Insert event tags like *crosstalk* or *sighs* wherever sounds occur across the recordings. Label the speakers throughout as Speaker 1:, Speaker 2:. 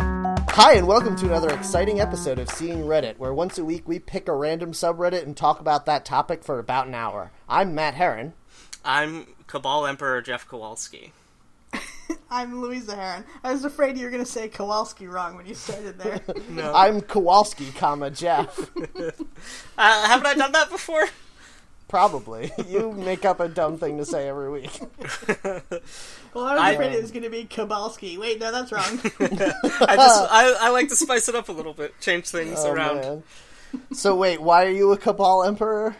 Speaker 1: Hi, and welcome to another exciting episode of Seeing Reddit, where once a week we pick a random subreddit and talk about that topic for about an hour. I'm Matt Herron.
Speaker 2: I'm Cabal Emperor Jeff Kowalski.
Speaker 3: I'm Louisa Heron. I was afraid you were going to say Kowalski wrong when you
Speaker 1: *laughs*
Speaker 3: started there.
Speaker 2: No.
Speaker 1: I'm Kowalski, comma Jeff.
Speaker 2: Uh, haven't I done that before?
Speaker 1: Probably. You make up a dumb thing to say every week.
Speaker 3: well, I was
Speaker 2: I-
Speaker 3: afraid it was going to be Kowalski. Wait, no, that's
Speaker 2: *laughs*
Speaker 3: wrong. *laughs*
Speaker 2: I just I, I like to spice it up a little bit, change things
Speaker 1: Uh. Oh,
Speaker 2: around.
Speaker 1: man. So wait, why are you a Cabal Emperor?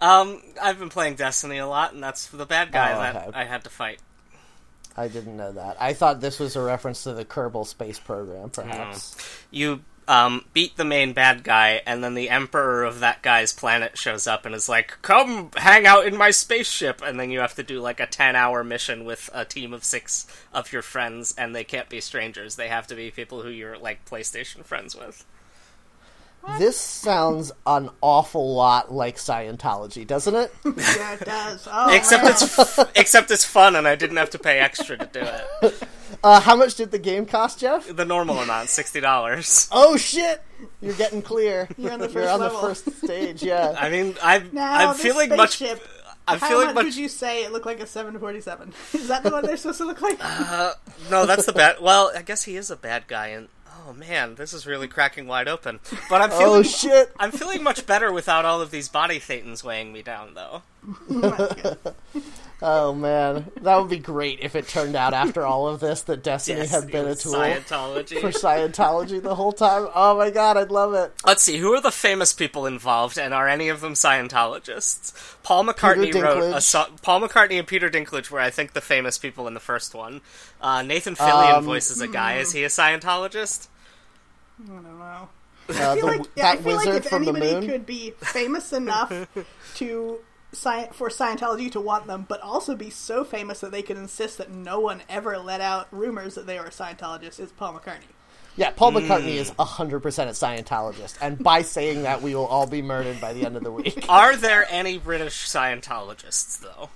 Speaker 2: Um, I've been playing Destiny a lot, and that's the bad guy
Speaker 1: Oh,
Speaker 2: that
Speaker 1: okay.
Speaker 2: I had to fight.
Speaker 1: I didn't know that. I thought this was a reference to the Kerbal Space Program, perhaps.
Speaker 2: You um, beat the main bad guy, and then the emperor of that guy's planet shows up and is like, "Come hang out in my spaceship," and then you have to do like a ten-hour mission with a team of six of your friends, and they can't be strangers; they have to be people who you're like PlayStation friends with.
Speaker 1: This sounds an awful lot like Scientology, doesn't it?
Speaker 3: yeah, it does.
Speaker 2: *laughs*
Speaker 3: Oh,
Speaker 2: Except
Speaker 3: wow.
Speaker 2: it's f- except it's fun, and I didn't have to pay extra to do it.
Speaker 1: Uh, how much did the game cost, Jeff?
Speaker 2: The normal amount, sixty dollars.
Speaker 1: Oh shit! You're getting clear.
Speaker 3: *laughs* You're on the
Speaker 1: You're
Speaker 3: first
Speaker 1: on the
Speaker 3: level.
Speaker 1: first stage.
Speaker 3: *laughs*
Speaker 1: Yeah.
Speaker 2: I mean, I
Speaker 3: *laughs* Now,
Speaker 2: I'm
Speaker 3: this
Speaker 2: feeling much.
Speaker 3: spaceship,
Speaker 2: I'm
Speaker 3: How
Speaker 2: feeling
Speaker 3: much
Speaker 2: much.
Speaker 3: would you say it looked like a 747? *laughs* Is that the one they're supposed to look
Speaker 2: *laughs*
Speaker 3: like? *laughs*
Speaker 2: No, that's the bad. Well, I guess he is a bad guy, and oh man, this is really cracking wide open. But I'm feeling
Speaker 1: Oh shit!
Speaker 2: I'm feeling much better without all of these body thetans weighing me down, though.
Speaker 3: That's good.
Speaker 1: Oh man, that would be great if it turned out after all of this that Destiny had been a
Speaker 2: was
Speaker 1: tool
Speaker 2: Scientology.
Speaker 1: for Scientology the whole time. Oh my god, I'd love it.
Speaker 2: Let's see, who are the famous people involved, and are any of them Scientologists? Paul McCartney
Speaker 1: Peter
Speaker 2: wrote a
Speaker 1: Dinklage.
Speaker 2: so- Paul McCartney and Peter Dinklage were, I think, the famous people in the first one. Uh, Nathan Fillion
Speaker 1: Um,
Speaker 2: voices a guy. Is he a Scientologist?
Speaker 3: I don't
Speaker 1: Uh,
Speaker 3: know. I feel
Speaker 1: the-
Speaker 3: like, yeah, I
Speaker 1: that
Speaker 3: feel
Speaker 1: wizard
Speaker 3: like if
Speaker 1: from the
Speaker 3: anybody
Speaker 1: moon.
Speaker 3: could be
Speaker 1: *laughs*
Speaker 3: famous enough to sci- for Scientology to want them, but also be so famous that they could insist that no one ever let out rumors that they were Scientologists, is Paul McCartney.
Speaker 1: Yeah, Paul McCartney is
Speaker 3: Hmm.
Speaker 1: hundred percent a Scientologist, and by saying that, we will all be murdered by the end of the
Speaker 3: *laughs*
Speaker 1: week.
Speaker 2: Are there any British Scientologists, though?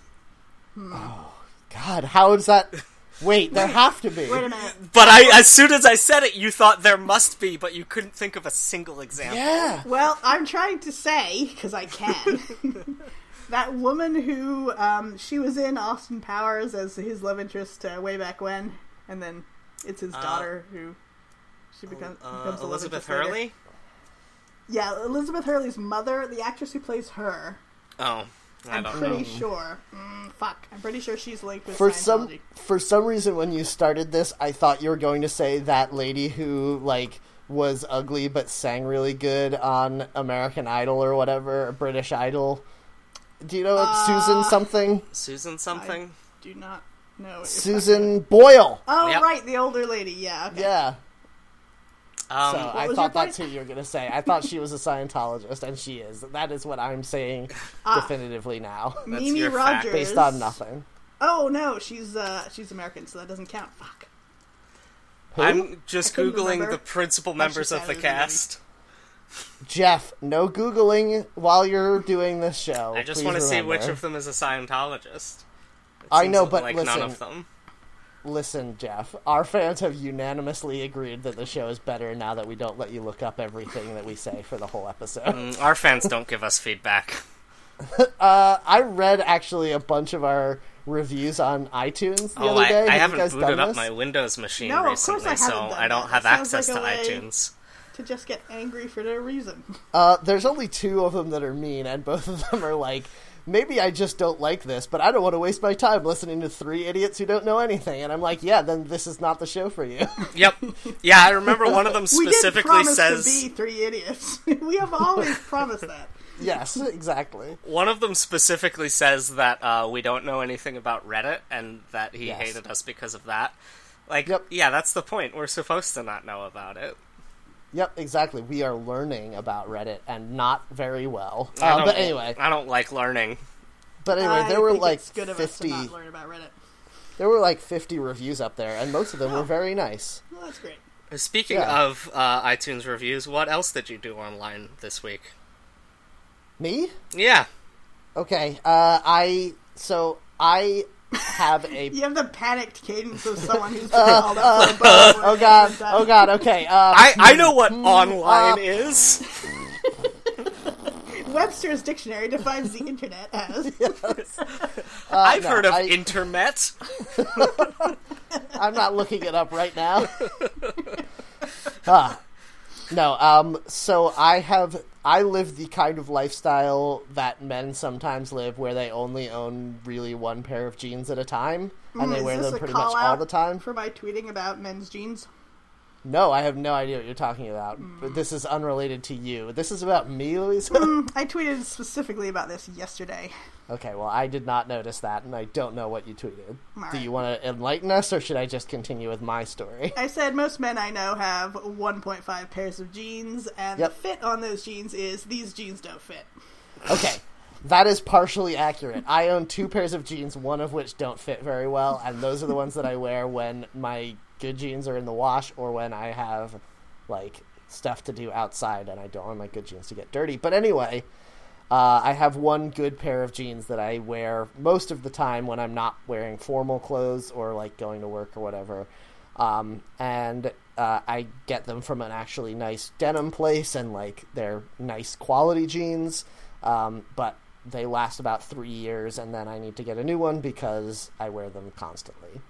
Speaker 1: God, how is that? Wait, there have to be.
Speaker 3: Wait a minute.
Speaker 2: But I, as soon as I said it, you thought there must be, but you couldn't think of a single example.
Speaker 1: Yeah.
Speaker 3: Well, I'm trying to say because I can.
Speaker 2: *laughs*
Speaker 3: that woman who um, she was in Austin Powers as his love interest uh, way back when, and then it's his daughter who she becomes,
Speaker 2: Uh,
Speaker 3: becomes the love
Speaker 2: Elizabeth
Speaker 3: interest later.
Speaker 2: Hurley.
Speaker 3: Yeah, Elizabeth Hurley's mother, the actress who plays her.
Speaker 2: Oh, I
Speaker 3: I'm
Speaker 2: don't
Speaker 3: pretty
Speaker 2: know.
Speaker 3: sure. Mm, fuck, I'm pretty sure she's linked with
Speaker 1: For some
Speaker 3: Scientology.
Speaker 1: for some reason, when you started this, I thought you were going to say that lady who like was ugly but sang really good on American Idol or whatever, or British Idol. Do you know
Speaker 3: Uh,
Speaker 1: Susan something?
Speaker 2: Susan something.
Speaker 3: Do not know. if
Speaker 1: Susan Boyle.
Speaker 3: I- Oh
Speaker 2: Yep.
Speaker 3: right, the older lady. Yeah. Okay.
Speaker 1: Yeah.
Speaker 2: Um,
Speaker 1: So I
Speaker 3: was
Speaker 1: thought
Speaker 3: your
Speaker 1: that's who you were going to say. I thought she was a Scientologist, and she is. That is what I'm saying
Speaker 3: Uh,
Speaker 1: definitively now,
Speaker 2: that's
Speaker 3: Mimi
Speaker 2: your fact.
Speaker 1: *laughs*
Speaker 3: Rogers.
Speaker 1: based on nothing.
Speaker 3: Oh no, she's uh, she's American, so that doesn't count. Fuck.
Speaker 2: I'm just
Speaker 3: couldn't
Speaker 2: googling
Speaker 3: remember.
Speaker 2: the principal members of
Speaker 3: said
Speaker 2: the
Speaker 3: it in the
Speaker 2: cast.
Speaker 1: Jeff, no googling while you're doing this show.
Speaker 2: I just
Speaker 1: Please
Speaker 2: want to see
Speaker 1: remember.
Speaker 2: which of them is a Scientologist. It
Speaker 1: I
Speaker 2: seems
Speaker 1: know, but
Speaker 2: like
Speaker 1: listen,
Speaker 2: none of them.
Speaker 1: Listen, Jeff, our fans have unanimously agreed that the show is better now that we don't let you look up everything that we say for the whole episode.
Speaker 2: Mm, Our fans don't give us feedback.
Speaker 1: Uh, I read actually a bunch of our reviews on iTunes *laughs* the
Speaker 2: Oh,
Speaker 1: other
Speaker 2: I,
Speaker 1: day.
Speaker 2: I
Speaker 1: Have you
Speaker 2: haven't
Speaker 1: guys
Speaker 2: booted
Speaker 1: done
Speaker 2: up
Speaker 1: this?
Speaker 2: my Windows machine
Speaker 3: No, of course I
Speaker 2: recently,
Speaker 3: haven't
Speaker 2: so
Speaker 3: done
Speaker 2: I don't
Speaker 3: that.
Speaker 2: have
Speaker 3: That sounds
Speaker 2: access
Speaker 3: like
Speaker 2: to
Speaker 3: a way- *laughs*
Speaker 2: iTunes.
Speaker 3: To just get angry for
Speaker 2: *laughs*
Speaker 3: no reason.
Speaker 1: Uh, there's only two of them that are mean, and both of them are like, maybe I just don't like this, but I don't want to waste my time listening to three idiots who don't know anything. And I'm like, yeah, then this is not the show for you. *laughs*
Speaker 2: Yep. Yeah, I remember one of them
Speaker 3: *laughs* We did
Speaker 2: specifically
Speaker 3: promise
Speaker 2: says.
Speaker 3: to be three idiots. *laughs* we have always promised that.
Speaker 2: *laughs*
Speaker 1: yes, exactly.
Speaker 2: One of them specifically says that uh, we don't know anything about Reddit and that he
Speaker 1: Yes.
Speaker 2: hated us because of that. Like,
Speaker 1: Yep.
Speaker 2: yeah, that's the point. We're supposed to not know about it.
Speaker 1: Yep, exactly. We are learning about Reddit and not very well.
Speaker 2: I
Speaker 1: Uh,
Speaker 2: don't-
Speaker 1: but anyway,
Speaker 2: I don't like learning.
Speaker 1: But anyway,
Speaker 3: I
Speaker 1: there were
Speaker 3: think
Speaker 1: like
Speaker 3: it's good of us to
Speaker 1: fifty.
Speaker 3: not learn about Reddit.
Speaker 1: There were like fifty reviews up there, and most of them
Speaker 3: Oh.
Speaker 1: were very nice.
Speaker 3: Well, that's great.
Speaker 2: Speaking
Speaker 1: Yeah.
Speaker 2: of uh, iTunes reviews, what else did you do online this week?
Speaker 1: Me?
Speaker 2: Yeah.
Speaker 1: Okay. Uh, I so I have
Speaker 3: *laughs*
Speaker 1: a
Speaker 3: You have the panicked cadence of
Speaker 1: *laughs*
Speaker 3: someone who's been called up for a bar where
Speaker 1: oh god
Speaker 3: everyone's
Speaker 1: oh
Speaker 3: done.
Speaker 1: god
Speaker 3: *laughs*
Speaker 1: okay. Uh,
Speaker 2: I, I know what
Speaker 1: uh,
Speaker 2: online is.
Speaker 3: Webster's dictionary defines the
Speaker 1: *laughs*
Speaker 3: internet as
Speaker 2: *laughs* I've
Speaker 1: Uh, no,
Speaker 2: heard of
Speaker 1: I-
Speaker 2: internet.
Speaker 1: I'm not looking it up right
Speaker 2: *laughs*
Speaker 1: now. Ah. No, um, so I have I live the kind of lifestyle that men sometimes live where they only own really one pair of jeans at a time and they
Speaker 3: Hmm, Is
Speaker 1: wear
Speaker 3: this
Speaker 1: them
Speaker 3: a
Speaker 1: pretty much
Speaker 3: call
Speaker 1: all
Speaker 3: out
Speaker 1: the time.
Speaker 3: for my tweeting about men's jeans. *laughs*
Speaker 1: No, I have no idea what you're talking about. But this is unrelated to you. This is about me, Louisa.
Speaker 3: *laughs* Mm, I tweeted specifically about this yesterday.
Speaker 1: okay, well, I did not notice that and I don't know what you tweeted. Do
Speaker 3: Alright.
Speaker 1: you want to enlighten us or should I just continue with my story? *laughs*
Speaker 3: I said most men I know have 1.5 pairs of jeans, and
Speaker 1: Yep.
Speaker 3: the fit on those jeans is these jeans don't fit.
Speaker 1: Okay. That is partially accurate. I own two pairs of jeans, one of which don't fit very well, and those are the ones that I wear when my good jeans are in the wash or when I have like stuff to do outside and I don't want my good jeans to get dirty. But anyway, uh, I have one good pair of jeans that I wear most of the time when I'm not wearing formal clothes or like going to work or whatever. Um, and uh, I get them from an actually nice denim place and like they're nice quality jeans. Um, but they last about three years and then I need to get a new one because I wear them constantly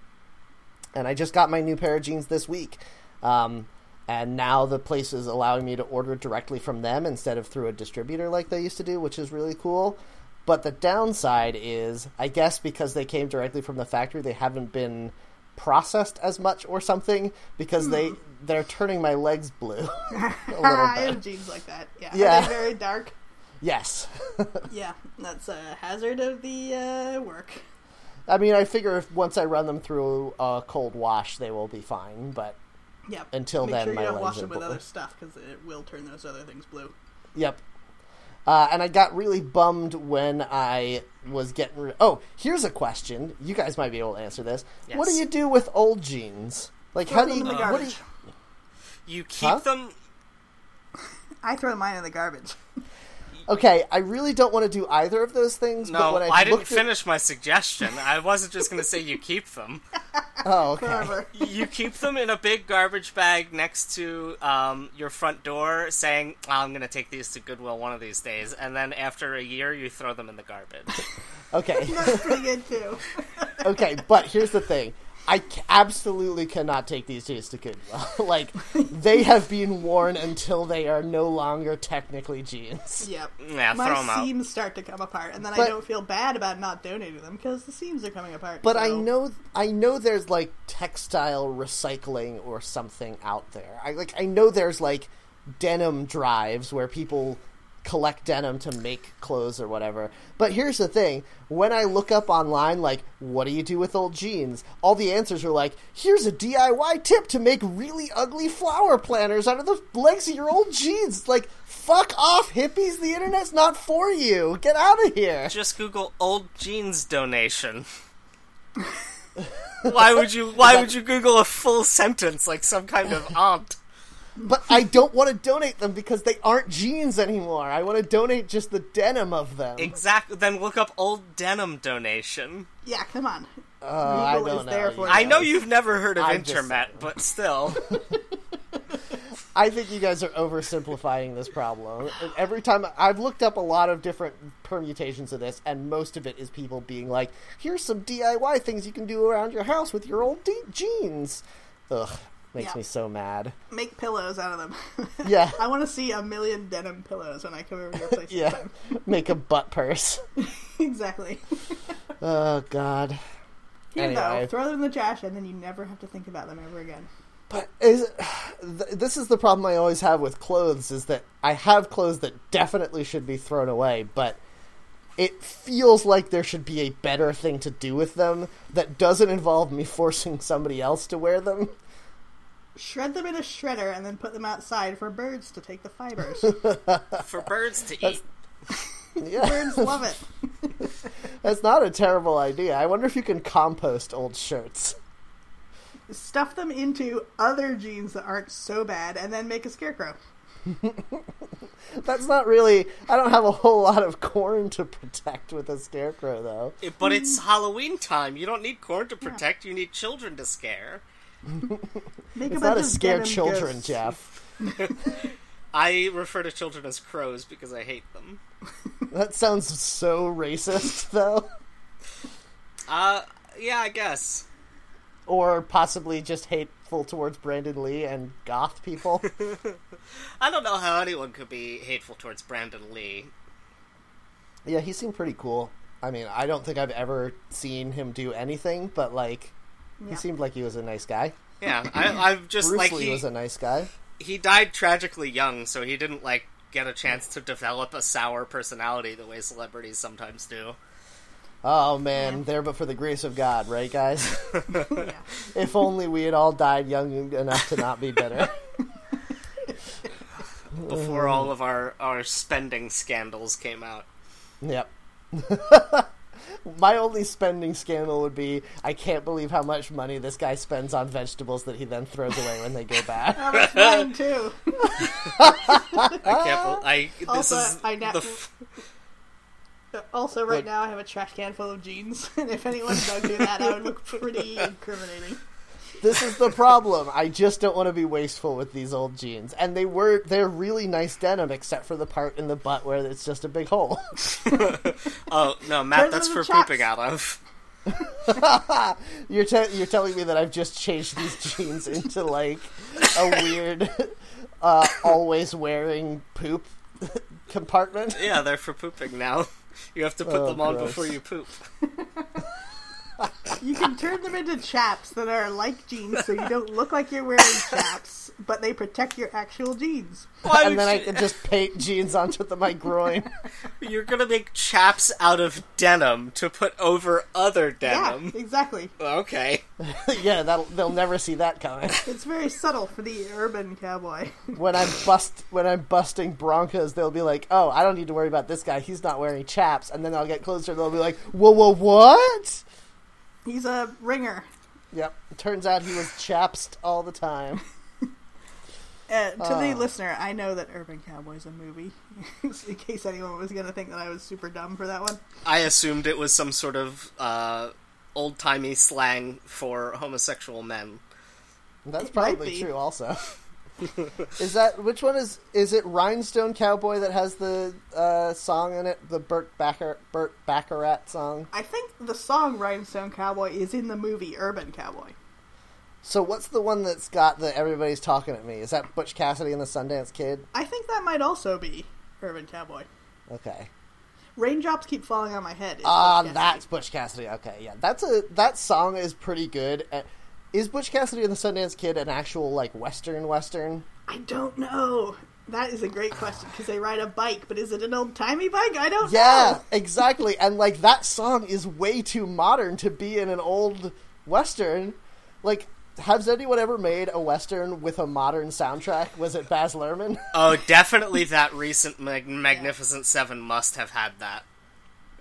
Speaker 1: and I just got my new pair of jeans this week. Um, and now the place is allowing me to order directly from them instead of through a distributor like they used to do, which is really cool. But the downside is, I guess, because they came directly from the factory, they haven't been processed as much or something because they they're turning my legs blue *laughs* a
Speaker 3: *laughs* I
Speaker 1: little bit.
Speaker 3: have jeans like that. Yeah,
Speaker 1: Yeah.
Speaker 3: Are they very dark.
Speaker 1: Yes. *laughs*
Speaker 3: Yeah, that's a hazard of the uh, work.
Speaker 1: I mean, I figure if once I run them through a cold wash, they will be fine, but
Speaker 3: Yep.
Speaker 1: Until
Speaker 3: Make
Speaker 1: then,
Speaker 3: sure
Speaker 1: my
Speaker 3: you don't
Speaker 1: legs
Speaker 3: wash
Speaker 1: are
Speaker 3: them with
Speaker 1: blue.
Speaker 3: other stuff because it will turn those other things blue.
Speaker 1: Yep. Uh, and I got really bummed when I was getting. Re- oh, here's a question. You guys might be able to answer this. What do
Speaker 2: Yes.
Speaker 1: you do with old jeans? Like, how
Speaker 3: Throw
Speaker 1: do
Speaker 3: them
Speaker 1: you?
Speaker 3: in the
Speaker 1: What do you
Speaker 3: garbage.
Speaker 2: You keep
Speaker 1: Huh?
Speaker 2: them.
Speaker 3: I throw mine in the garbage.
Speaker 1: okay, I really don't want to do either of those things. but
Speaker 2: No,
Speaker 1: when I,
Speaker 2: I, didn't
Speaker 1: looked at-
Speaker 2: finish my suggestion. I wasn't just going to say you keep them.
Speaker 1: Oh, okay. *laughs*
Speaker 3: *laughs* Whatever.
Speaker 2: You keep them in a big garbage bag next to um, your front door, saying, "I'm going to take these to Goodwill one of these days," and then after a year, you throw them in the garbage.
Speaker 3: *laughs*
Speaker 1: Okay.
Speaker 3: That's pretty good too. *laughs*
Speaker 1: okay, but here's the thing. I c- absolutely cannot take these jeans to Goodwill. *laughs* like, they have been worn until they are no longer technically jeans.
Speaker 3: Yep.
Speaker 2: Yeah,
Speaker 3: My
Speaker 2: throw 'em out.
Speaker 3: seams start to come apart, and then I
Speaker 1: But-
Speaker 3: don't feel bad about not donating them because the seams are coming apart.
Speaker 1: But I
Speaker 3: so-
Speaker 1: know I know there's like textile recycling or something out there. I like I know there's like denim drives where people collect denim to make clothes or whatever. But here's the thing, when I look up online like what do you do with old jeans? All the answers are like here's a DIY tip to make really ugly flower planters out of the legs of your old jeans. It's Like fuck off hippies, the internet's not for you. Get out of here.
Speaker 2: Just Google old jeans donation. why would you? Why would you Google a full sentence like some kind of aunt?
Speaker 1: But I don't want to donate them because they aren't jeans anymore. I want to donate just the denim of them.
Speaker 2: Exactly. Then look up old denim donation.
Speaker 3: Yeah, come on.
Speaker 1: Uh, I
Speaker 3: Google is
Speaker 1: don't know.
Speaker 3: there for
Speaker 1: you
Speaker 2: I
Speaker 3: you.
Speaker 2: know you've never heard of
Speaker 1: I'm just
Speaker 2: internet, but still.
Speaker 1: I think you guys are oversimplifying this problem. Every time I've looked up a lot of different permutations of this, and most of it is people being like, "Here's some DIY things you can do around your house with your old de- jeans." Ugh, makes
Speaker 3: Yeah.
Speaker 1: me so mad.
Speaker 3: Make pillows out of them. *laughs*
Speaker 1: Yeah. *laughs*
Speaker 3: I want to see a million denim pillows when I come over to your place. next
Speaker 1: Yeah,
Speaker 3: time.
Speaker 1: make a butt purse.
Speaker 3: *laughs* exactly.
Speaker 1: Oh God.
Speaker 3: Here
Speaker 1: Anyway.
Speaker 3: though, throw them in the trash, and then you never have to think about them ever again.
Speaker 1: But is th- this is the problem I always have with clothes is that I have clothes that definitely should be thrown away, but it feels like there should be a better thing to do with them that doesn't involve me *laughs* forcing somebody else to wear them. *laughs*
Speaker 3: Shred them in a
Speaker 1: *laughs*
Speaker 3: shredder, and then put them outside for birds to take the fibers.
Speaker 2: for birds to eat.
Speaker 1: Yeah,
Speaker 3: Birds love it.
Speaker 1: that's not a terrible idea. I wonder if you can compost old shirts. *laughs*
Speaker 3: Stuff them into other jeans that aren't so bad, and then make a scarecrow.
Speaker 1: That's not really. I don't have a whole lot of corn to protect with a scarecrow, though.
Speaker 2: It- But it's Halloween time. You don't need corn to protect. You need children to scare.
Speaker 3: Make a
Speaker 1: It's
Speaker 3: bunch
Speaker 1: not to
Speaker 3: of
Speaker 1: scare
Speaker 3: venom
Speaker 1: children,
Speaker 3: ghosts.
Speaker 1: Jeff.
Speaker 2: I refer to children as crows because I hate them.
Speaker 1: That sounds so racist, *laughs* though.
Speaker 2: Uh, yeah, I guess.
Speaker 1: Or possibly just hateful towards Brandon Lee and goth
Speaker 2: *laughs*
Speaker 1: people.
Speaker 2: I don't know how anyone could be hateful towards Brandon Lee.
Speaker 1: yeah, he seemed pretty cool. I mean, I don't think I've ever seen him do anything, but like,
Speaker 3: Yeah.
Speaker 1: he seemed like he was a nice guy.
Speaker 2: Yeah, I, I'm just
Speaker 1: Bruce
Speaker 2: like
Speaker 1: Lee
Speaker 2: he,
Speaker 1: was a nice guy.
Speaker 2: he died tragically young, so he didn't like get a chance to develop a sour personality the way celebrities sometimes do.
Speaker 1: Oh man, there but for the grace of God, right,
Speaker 2: *laughs*
Speaker 1: guys?
Speaker 3: Yeah.
Speaker 1: if only we had all died young enough to not be
Speaker 2: *laughs*
Speaker 1: bitter.
Speaker 2: Before all of our our spending scandals came out.
Speaker 1: Yep. *laughs* My only spending scandal would be I can't believe how much money this guy spends on vegetables that he then throws away when they go bad.
Speaker 3: Oh, that's
Speaker 1: *laughs*
Speaker 3: mine too.
Speaker 2: I can't. bel- I this
Speaker 3: Uh, Also,
Speaker 2: is
Speaker 3: I
Speaker 2: the
Speaker 3: na-
Speaker 2: f- *laughs*
Speaker 3: Also, right
Speaker 1: Like-
Speaker 3: now I have a trash can full of jeans, *laughs* and if anyone dug through that, I would
Speaker 1: *laughs*
Speaker 3: look pretty incriminating.
Speaker 1: This is the problem. I just don't want to be wasteful with these old jeans. And they were they're really nice denim except for the part in the butt where it's just a big hole. *laughs*
Speaker 2: oh no, Matt,
Speaker 3: Turn
Speaker 2: that's
Speaker 3: them
Speaker 2: for
Speaker 3: into
Speaker 2: pooping out
Speaker 3: chaps.
Speaker 2: of.
Speaker 1: You're te- you're telling me that I've just changed these *laughs* jeans into like a weird *laughs* uh, always wearing poop *laughs* compartment.
Speaker 2: Yeah, they're for pooping now. You have to put
Speaker 1: Oh,
Speaker 2: them on
Speaker 1: gross.
Speaker 2: before you poop.
Speaker 3: You can turn them into chaps that are like jeans, so you don't look like you're wearing chaps, but they protect your actual jeans.
Speaker 2: Why
Speaker 1: *laughs* And
Speaker 2: would
Speaker 1: then I
Speaker 2: you-
Speaker 1: can just paint jeans onto the, my groin. *laughs*
Speaker 2: You're gonna make chaps out of denim to put over other denim.
Speaker 1: *laughs*
Speaker 3: Yeah, exactly.
Speaker 2: Okay.
Speaker 1: yeah, that'll, they'll never see that coming.
Speaker 3: It's very subtle for the urban cowboy. *laughs*
Speaker 1: When I'm bust when I'm busting Broncos, they'll be like, "Oh, I don't need to worry about this guy. He's not wearing chaps." And then I'll get closer. They'll be like, "Whoa, whoa, what?"
Speaker 3: He's a ringer.
Speaker 1: Yep. Turns out he was chapsed all the time.
Speaker 3: *laughs* Uh, to the
Speaker 1: Oh.
Speaker 3: listener, I know that Urban Cowboy's a movie. *laughs* in case anyone was going to think that I was super dumb for that one.
Speaker 2: I assumed it was some sort of uh, old timey slang for homosexual men.
Speaker 1: That's
Speaker 3: might
Speaker 1: probably
Speaker 3: be.
Speaker 1: true.
Speaker 3: *laughs*
Speaker 1: Also, is that which one is is it Rhinestone Cowboy that has the uh, song in it, the Burt Baccar- Burt Baccarat song?
Speaker 3: I think the song Rhinestone Cowboy is in the movie Urban Cowboy.
Speaker 1: So what's the one that's got the everybody's talking at me? Is that Butch Cassidy and the Sundance Kid?
Speaker 3: I think that might also be Urban Cowboy.
Speaker 1: Okay.
Speaker 3: Raindrops keep falling on my head. is
Speaker 1: Ah,
Speaker 3: Butch Cassidy.
Speaker 1: that's Butch Cassidy. Okay, yeah, that's a that song is pretty good. Uh, Is Butch Cassidy and the Sundance Kid an actual like Western Western?
Speaker 3: I don't know. That is a great question because they ride a bike, but is it an old timey bike? I don't
Speaker 1: Yeah, *laughs* exactly. And like that song is way too modern to be in an old Western. Like, has anyone ever made a Western with a modern soundtrack? Was it Baz Luhrmann?
Speaker 2: Oh, *laughs* definitely that recent mag- Magnificent Seven must have had that.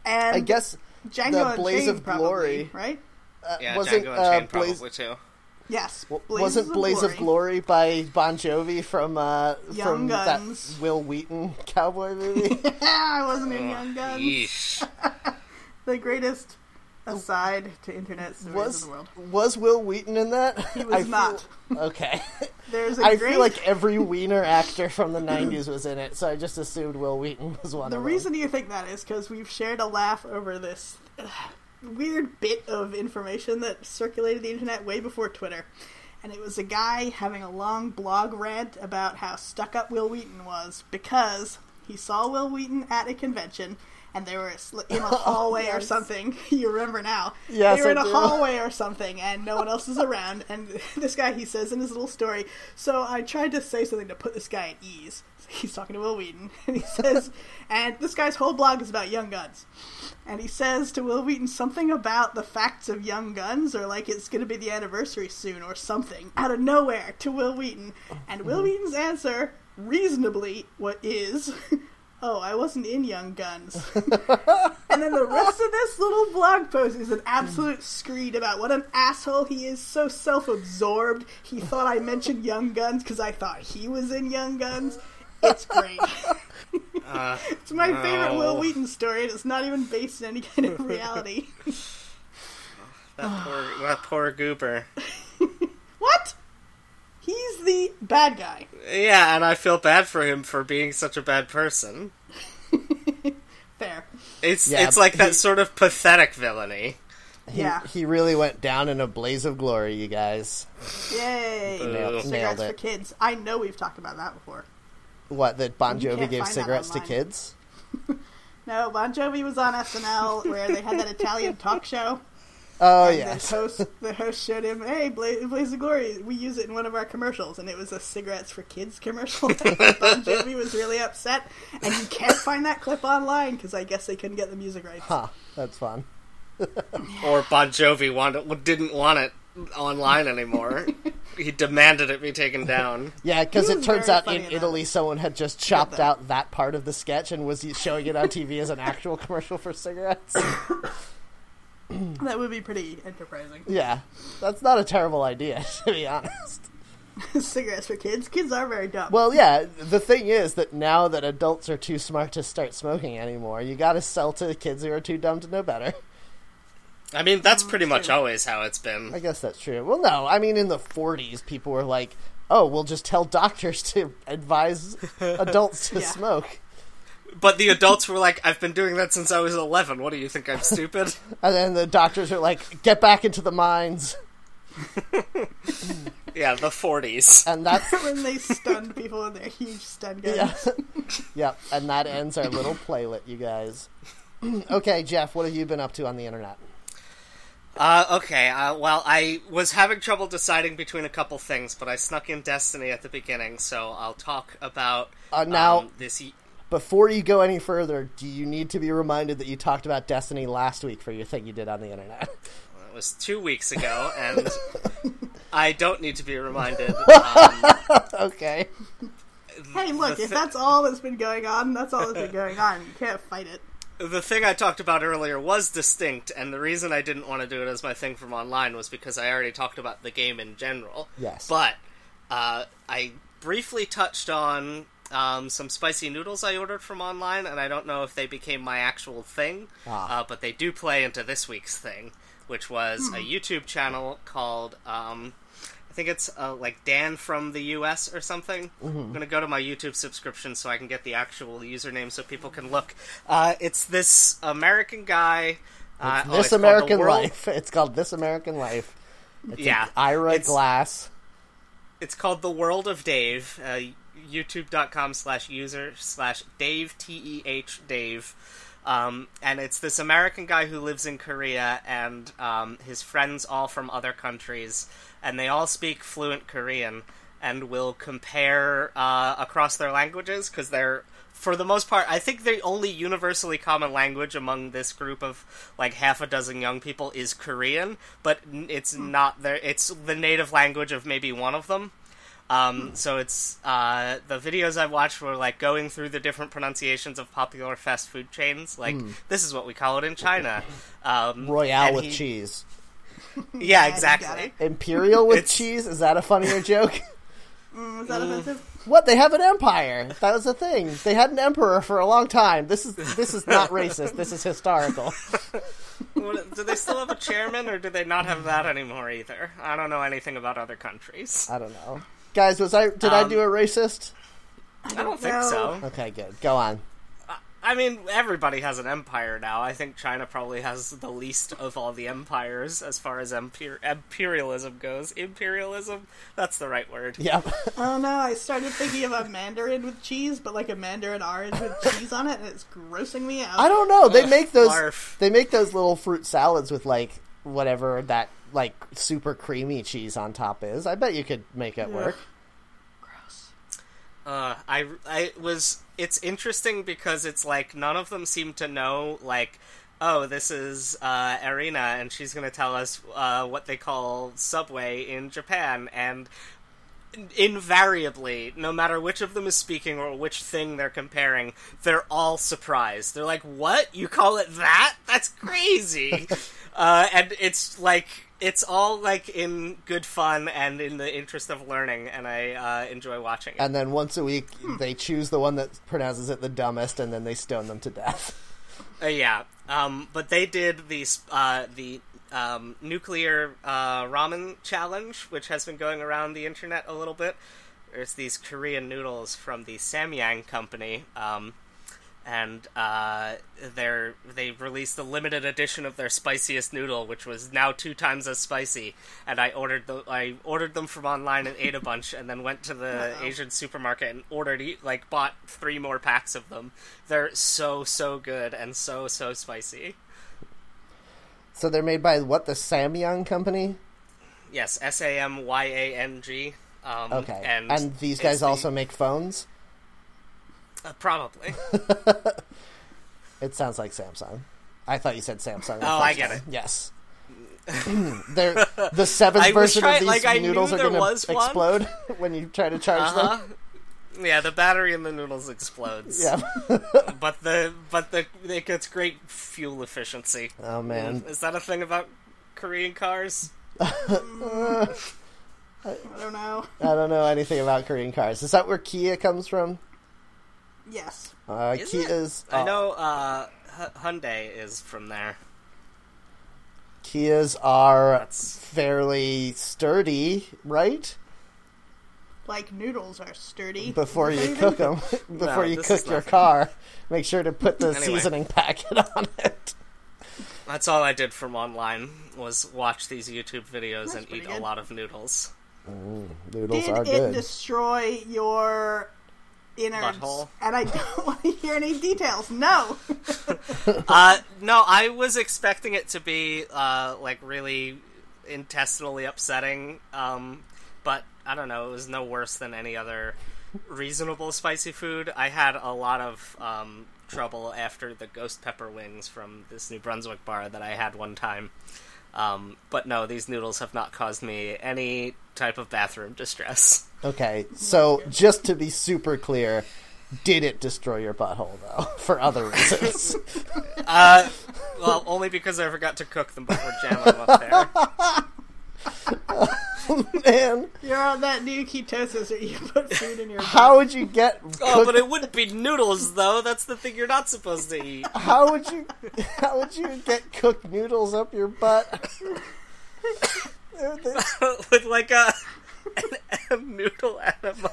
Speaker 3: know. And
Speaker 1: *laughs* I guess
Speaker 3: Django
Speaker 1: the Blaze
Speaker 3: Unchained
Speaker 1: of
Speaker 3: probably,
Speaker 1: Glory.
Speaker 3: right?
Speaker 1: uh,
Speaker 2: Yeah,
Speaker 1: wasn't
Speaker 2: Django
Speaker 1: uh,
Speaker 2: Unchained
Speaker 1: Blaze
Speaker 2: probably too.
Speaker 3: Yes. Blazes
Speaker 1: wasn't Blaze of Glory by Bon Jovi from uh,
Speaker 3: Young
Speaker 1: from
Speaker 3: Guns.
Speaker 1: that Will Wheaton *laughs* cowboy movie?
Speaker 3: *laughs* I wasn't in Young Guns.
Speaker 2: Yeesh.
Speaker 3: The greatest aside to internet stories
Speaker 1: was
Speaker 3: in the world.
Speaker 1: was Will Wheaton in that? *laughs* He
Speaker 3: was not. *laughs*
Speaker 1: Okay.
Speaker 3: There's a
Speaker 1: I
Speaker 3: great
Speaker 1: feel like every Wiener actor from the '90s was in it, so I just assumed Will Wheaton was one
Speaker 3: The
Speaker 1: of
Speaker 3: reason you think that is because we've shared a laugh over this uh, weird bit of information that circulated the internet way before Twitter. And it was a guy having a long blog rant about how stuck up Will Wheaton was because he saw Will Wheaton at a convention and they were s-
Speaker 1: *laughs*
Speaker 3: in a hallway or something. *laughs* You remember now.
Speaker 1: Oh, Yes,
Speaker 3: they were
Speaker 1: I
Speaker 3: in a
Speaker 1: do.
Speaker 3: hallway or something and no one else is around. And *laughs* this guy, he says in his little story, so I tried to say something to put this guy at ease. *laughs* He's talking to Will Wheaton, *laughs* and he says, and this guy's whole blog is about Young Guns. And he says to Will Wheaton something about the facts of Young Guns, or like it's going to be the anniversary soon, or something, out of nowhere to Will Wheaton. And Will Wheaton's answer, reasonably, what is, *laughs* oh, I wasn't in Young Guns. and then the rest of this little blog post is an absolute screed about what an asshole he is, so self absorbed. He thought I mentioned Young Guns because I thought he was in Young Guns. It's great. *laughs*
Speaker 1: *laughs*
Speaker 2: Uh,
Speaker 3: It's my favorite
Speaker 2: No.
Speaker 3: Will Wheaton story, and it's not even based in any kind of reality.
Speaker 2: that, poor, that poor goober.
Speaker 3: what? He's the bad guy.
Speaker 2: Yeah, and I feel bad for him for being such a bad person.
Speaker 3: Fair.
Speaker 2: It's
Speaker 1: Yeah,
Speaker 2: it's like that
Speaker 1: he-
Speaker 2: sort of pathetic villainy.
Speaker 1: He, *laughs*
Speaker 3: *laughs* Yeah.
Speaker 1: he really went down in a blaze of glory, you guys.
Speaker 3: Yay.
Speaker 2: Nailed-
Speaker 3: Cigarettes
Speaker 1: nailed
Speaker 3: for
Speaker 1: it.
Speaker 3: kids. I know we've talked about that before.
Speaker 1: What that Bon
Speaker 3: You
Speaker 1: Jovi
Speaker 3: can't
Speaker 1: gave
Speaker 3: find that
Speaker 1: cigarettes to
Speaker 3: online.
Speaker 1: kids?
Speaker 3: No, Bon Jovi was on SNL where they had that Italian talk show.
Speaker 1: *laughs* Oh
Speaker 3: and
Speaker 1: yes,
Speaker 3: The host, the host showed him, hey, Bla- Blaze of Glory, we use it in one of our commercials. And it was a Cigarettes for Kids commercial. *laughs* bon Jovi was really upset. And you can't find that clip online because I guess they couldn't get the music rights.
Speaker 1: huh? Ah, That's fun.
Speaker 2: Or Bon Jovi wanted, didn't want it
Speaker 1: *laughs*
Speaker 2: online anymore. he demanded it be taken down.
Speaker 1: Yeah, because
Speaker 3: He
Speaker 1: it
Speaker 3: was
Speaker 1: turns
Speaker 3: very
Speaker 1: out
Speaker 3: funny
Speaker 1: in
Speaker 3: about
Speaker 1: Italy, someone had just chopped
Speaker 3: though.
Speaker 1: out that part of the sketch and was showing it on TV as an actual commercial for
Speaker 3: *coughs*
Speaker 1: cigarettes.
Speaker 3: That would be pretty enterprising.
Speaker 1: Yeah, that's not a terrible idea, *laughs* to be honest.
Speaker 3: Cigarettes for kids. Kids are very dumb.
Speaker 1: Well, yeah, the thing is that now that adults are too smart to start smoking anymore, you gotta sell to kids who are too dumb to know better.
Speaker 2: I mean, that's pretty much
Speaker 3: true.
Speaker 2: always how it's
Speaker 1: I
Speaker 2: been.
Speaker 1: guess that's true. Well, no, I mean, in the 40s, people were like, oh, we'll just tell doctors to advise adults to
Speaker 3: Yeah.
Speaker 1: smoke.
Speaker 2: But the adults were like, "I've been doing that since I was 11. What do you think? I'm *laughs* stupid."
Speaker 1: And then the doctors are like, get back into the mines.
Speaker 2: yeah, the 40s.
Speaker 1: And that's. *laughs*
Speaker 3: *laughs* when they stun people with their huge stun guns.
Speaker 1: Yeah. yep, and that ends our little playlet, you guys. *clears throat* okay, Jeff, what have you been up to on the internet?
Speaker 2: Uh, okay, uh, well, I was having trouble deciding between a couple things, but I snuck in Destiny at the beginning, so I'll talk about
Speaker 1: Uh, now-
Speaker 2: um, this. y-
Speaker 1: Before you go any further, do you need to be reminded that you talked about Destiny last week for your thing you did on the internet? *laughs*
Speaker 2: It was two weeks ago, and I don't need to be
Speaker 1: *laughs*
Speaker 2: reminded. Um,
Speaker 1: okay.
Speaker 3: Hey, look,
Speaker 2: the
Speaker 3: if
Speaker 2: thi-
Speaker 3: that's all that's been going on, that's all that's been going on. You can't fight it.
Speaker 2: the thing I talked about earlier was distinct, and the reason I didn't want to do it as my thing from online was because I already talked about the game in general.
Speaker 1: Yes.
Speaker 2: But uh, I briefly touched on um, some spicy noodles I ordered from online, and I don't know if they became my actual thing,
Speaker 1: Ah.
Speaker 2: uh, but they do play into this week's thing, which was
Speaker 1: Hmm.
Speaker 2: a YouTube channel called. Um, I think it's uh, like Dan from the US or something.
Speaker 1: Mm-hmm.
Speaker 2: I'm gonna go to my YouTube subscription so I can get the actual username so people can look. Uh, it's this American guy. Uh, oh,
Speaker 1: this
Speaker 2: it's called The
Speaker 1: American
Speaker 2: World-
Speaker 1: Life. It's called This American Life. It's
Speaker 2: Yeah,
Speaker 1: Ira
Speaker 2: It's-
Speaker 1: Glass.
Speaker 2: It's called The World of Dave. Uh, YouTube.com slash user slash Dave, T E H Dave. Um, and it's this American guy who lives in Korea and um, his friends all from other countries. And they all speak fluent Korean and will compare uh, across their languages because they're. For the most part, I think the only universally common language among this group of like half a dozen young people is Korean, but n- it's not their it's the native language of maybe one of them. Um, so it's uh, the videos I watched were like going through the different pronunciations of popular fast food chains. Like this is what we call it in China. Um,
Speaker 1: Royale
Speaker 2: and
Speaker 1: with
Speaker 2: he-
Speaker 1: cheese.
Speaker 2: Yeah,
Speaker 3: you got
Speaker 2: exactly.
Speaker 3: it.
Speaker 1: Imperial with
Speaker 2: *laughs* It's-
Speaker 1: cheese? Is that a funnier joke? *laughs*
Speaker 3: Mm, is that offensive?
Speaker 1: what? They have an empire. That was a thing. They had an emperor for a long time. This is this is
Speaker 2: *laughs*
Speaker 1: not racist. This is historical.
Speaker 2: What- do they still have a chairman, or do they not have that anymore either? I don't know anything about other countries.
Speaker 1: I don't know. Guys, was I did I
Speaker 2: Um,
Speaker 1: do a racist?
Speaker 2: I don't think
Speaker 3: know.
Speaker 2: so.
Speaker 1: Okay, good. Go on.
Speaker 2: I mean, everybody has an empire now. I think China probably has the least of all the empires as far as emper- imperialism goes. Imperialism? That's the right word.
Speaker 1: Yep. *laughs*
Speaker 3: Oh no, I started thinking of a mandarin with cheese, but like a mandarin orange with cheese on it, and it's grossing me out.
Speaker 1: I don't know. They
Speaker 2: Ugh,
Speaker 1: make those
Speaker 2: barf.
Speaker 1: they make those little fruit salads with like whatever that like super creamy cheese on top is. I bet you could make it work.
Speaker 3: Gross.
Speaker 2: Uh, I, I was. It's interesting because it's like none of them seem to know, like, oh, this is uh, Arena, and she's going to tell us uh, what they call Subway in Japan. And invariably, no matter which of them is speaking or which thing they're comparing, they're all surprised. They're like, "What? You call it that? That's crazy!" uh, and it's like it's all like in good fun and in the interest of learning, and I uh, enjoy watching it.
Speaker 1: And then once a week, they choose the one that pronounces it the dumbest, and then they stone them to death. *laughs*
Speaker 2: Uh, yeah, um, but they did the sp- uh, the um, nuclear uh, ramen challenge, which has been going around the internet a little bit. There's these Korean noodles from the Samyang company, um, and uh, they're they released a limited edition of their spiciest noodle, which was now two times as spicy. And I ordered the I ordered them from online and ate a bunch, and then went to the
Speaker 3: Wow.
Speaker 2: Asian supermarket and ordered e- like bought three more packs of them. They're so so good and so so spicy.
Speaker 1: So they're made by what the Samyang company?
Speaker 2: Yes, S A M Y A N G. Um,
Speaker 1: Okay,
Speaker 2: and,
Speaker 1: and, these
Speaker 2: it's
Speaker 1: guys
Speaker 2: the-
Speaker 1: also make phones.
Speaker 2: uh, probably. *laughs*
Speaker 1: It sounds like Samsung. I thought you said Samsung. the
Speaker 2: Oh, I
Speaker 1: first
Speaker 2: get
Speaker 1: time.
Speaker 2: it.
Speaker 1: Yes. Mm. They're, the seventh
Speaker 2: *laughs* I was
Speaker 1: version
Speaker 2: trying-
Speaker 1: of these
Speaker 2: like, I
Speaker 1: noodles
Speaker 2: knew
Speaker 1: are
Speaker 2: there
Speaker 1: going to
Speaker 2: was one.
Speaker 1: explode *laughs* when you try to charge
Speaker 2: Uh-huh.
Speaker 1: them.
Speaker 2: Yeah, the battery in the noodles explodes.
Speaker 1: *laughs* Yeah.
Speaker 2: but the but the it gets great fuel efficiency.
Speaker 1: Oh man.
Speaker 2: Is that a thing about Korean cars?
Speaker 3: I don't know.
Speaker 1: I don't know anything about Korean cars. Is that where Kia comes from?
Speaker 3: Yes.
Speaker 1: Uh,
Speaker 2: Is it?
Speaker 1: Kia's.
Speaker 2: I
Speaker 1: uh,
Speaker 2: know uh, H- Hyundai is from there.
Speaker 1: Kias are
Speaker 2: That's-
Speaker 1: fairly sturdy, right?
Speaker 3: Like noodles are sturdy.
Speaker 1: Before you cook them, before
Speaker 2: *laughs* No,
Speaker 1: you
Speaker 2: this
Speaker 1: cook
Speaker 2: is
Speaker 1: your
Speaker 2: nothing.
Speaker 1: car, make sure to put the
Speaker 2: Anyway.
Speaker 1: seasoning *laughs* packet on it.
Speaker 2: That's all I did from online was watch these YouTube videos and
Speaker 3: That's
Speaker 2: eat
Speaker 3: pretty
Speaker 2: a
Speaker 3: good.
Speaker 2: lot of noodles.
Speaker 1: Noodles
Speaker 3: Did
Speaker 1: are
Speaker 3: it
Speaker 1: good.
Speaker 3: destroy your innards?
Speaker 2: Butthole.
Speaker 3: And I don't *laughs* want to hear any details. No.
Speaker 2: Uh, no, I was expecting it to be uh, like really intestinally upsetting, um, but I don't know. It was no worse than any other reasonable spicy food. I had a lot of um, trouble after the ghost pepper wings from this New Brunswick bar that I had one time. Um, but no, these noodles have not caused me any type of bathroom distress.
Speaker 1: Okay,
Speaker 2: Oh
Speaker 1: so just to be super clear, did it destroy your butthole though? *laughs* For other
Speaker 2: *laughs*
Speaker 1: reasons.
Speaker 2: Uh, well, only because I forgot to cook them before jamming them up there.
Speaker 1: Man,
Speaker 3: You're on that new ketosis where you put food
Speaker 1: *laughs*
Speaker 3: in your
Speaker 1: how would you get
Speaker 2: Oh,
Speaker 1: cook-
Speaker 2: but it wouldn't be noodles though. That's the thing you're not supposed to eat.
Speaker 1: how would you *laughs* how would you get cooked noodles up your butt? They're the-
Speaker 2: *laughs* With like a, an, a noodle enema.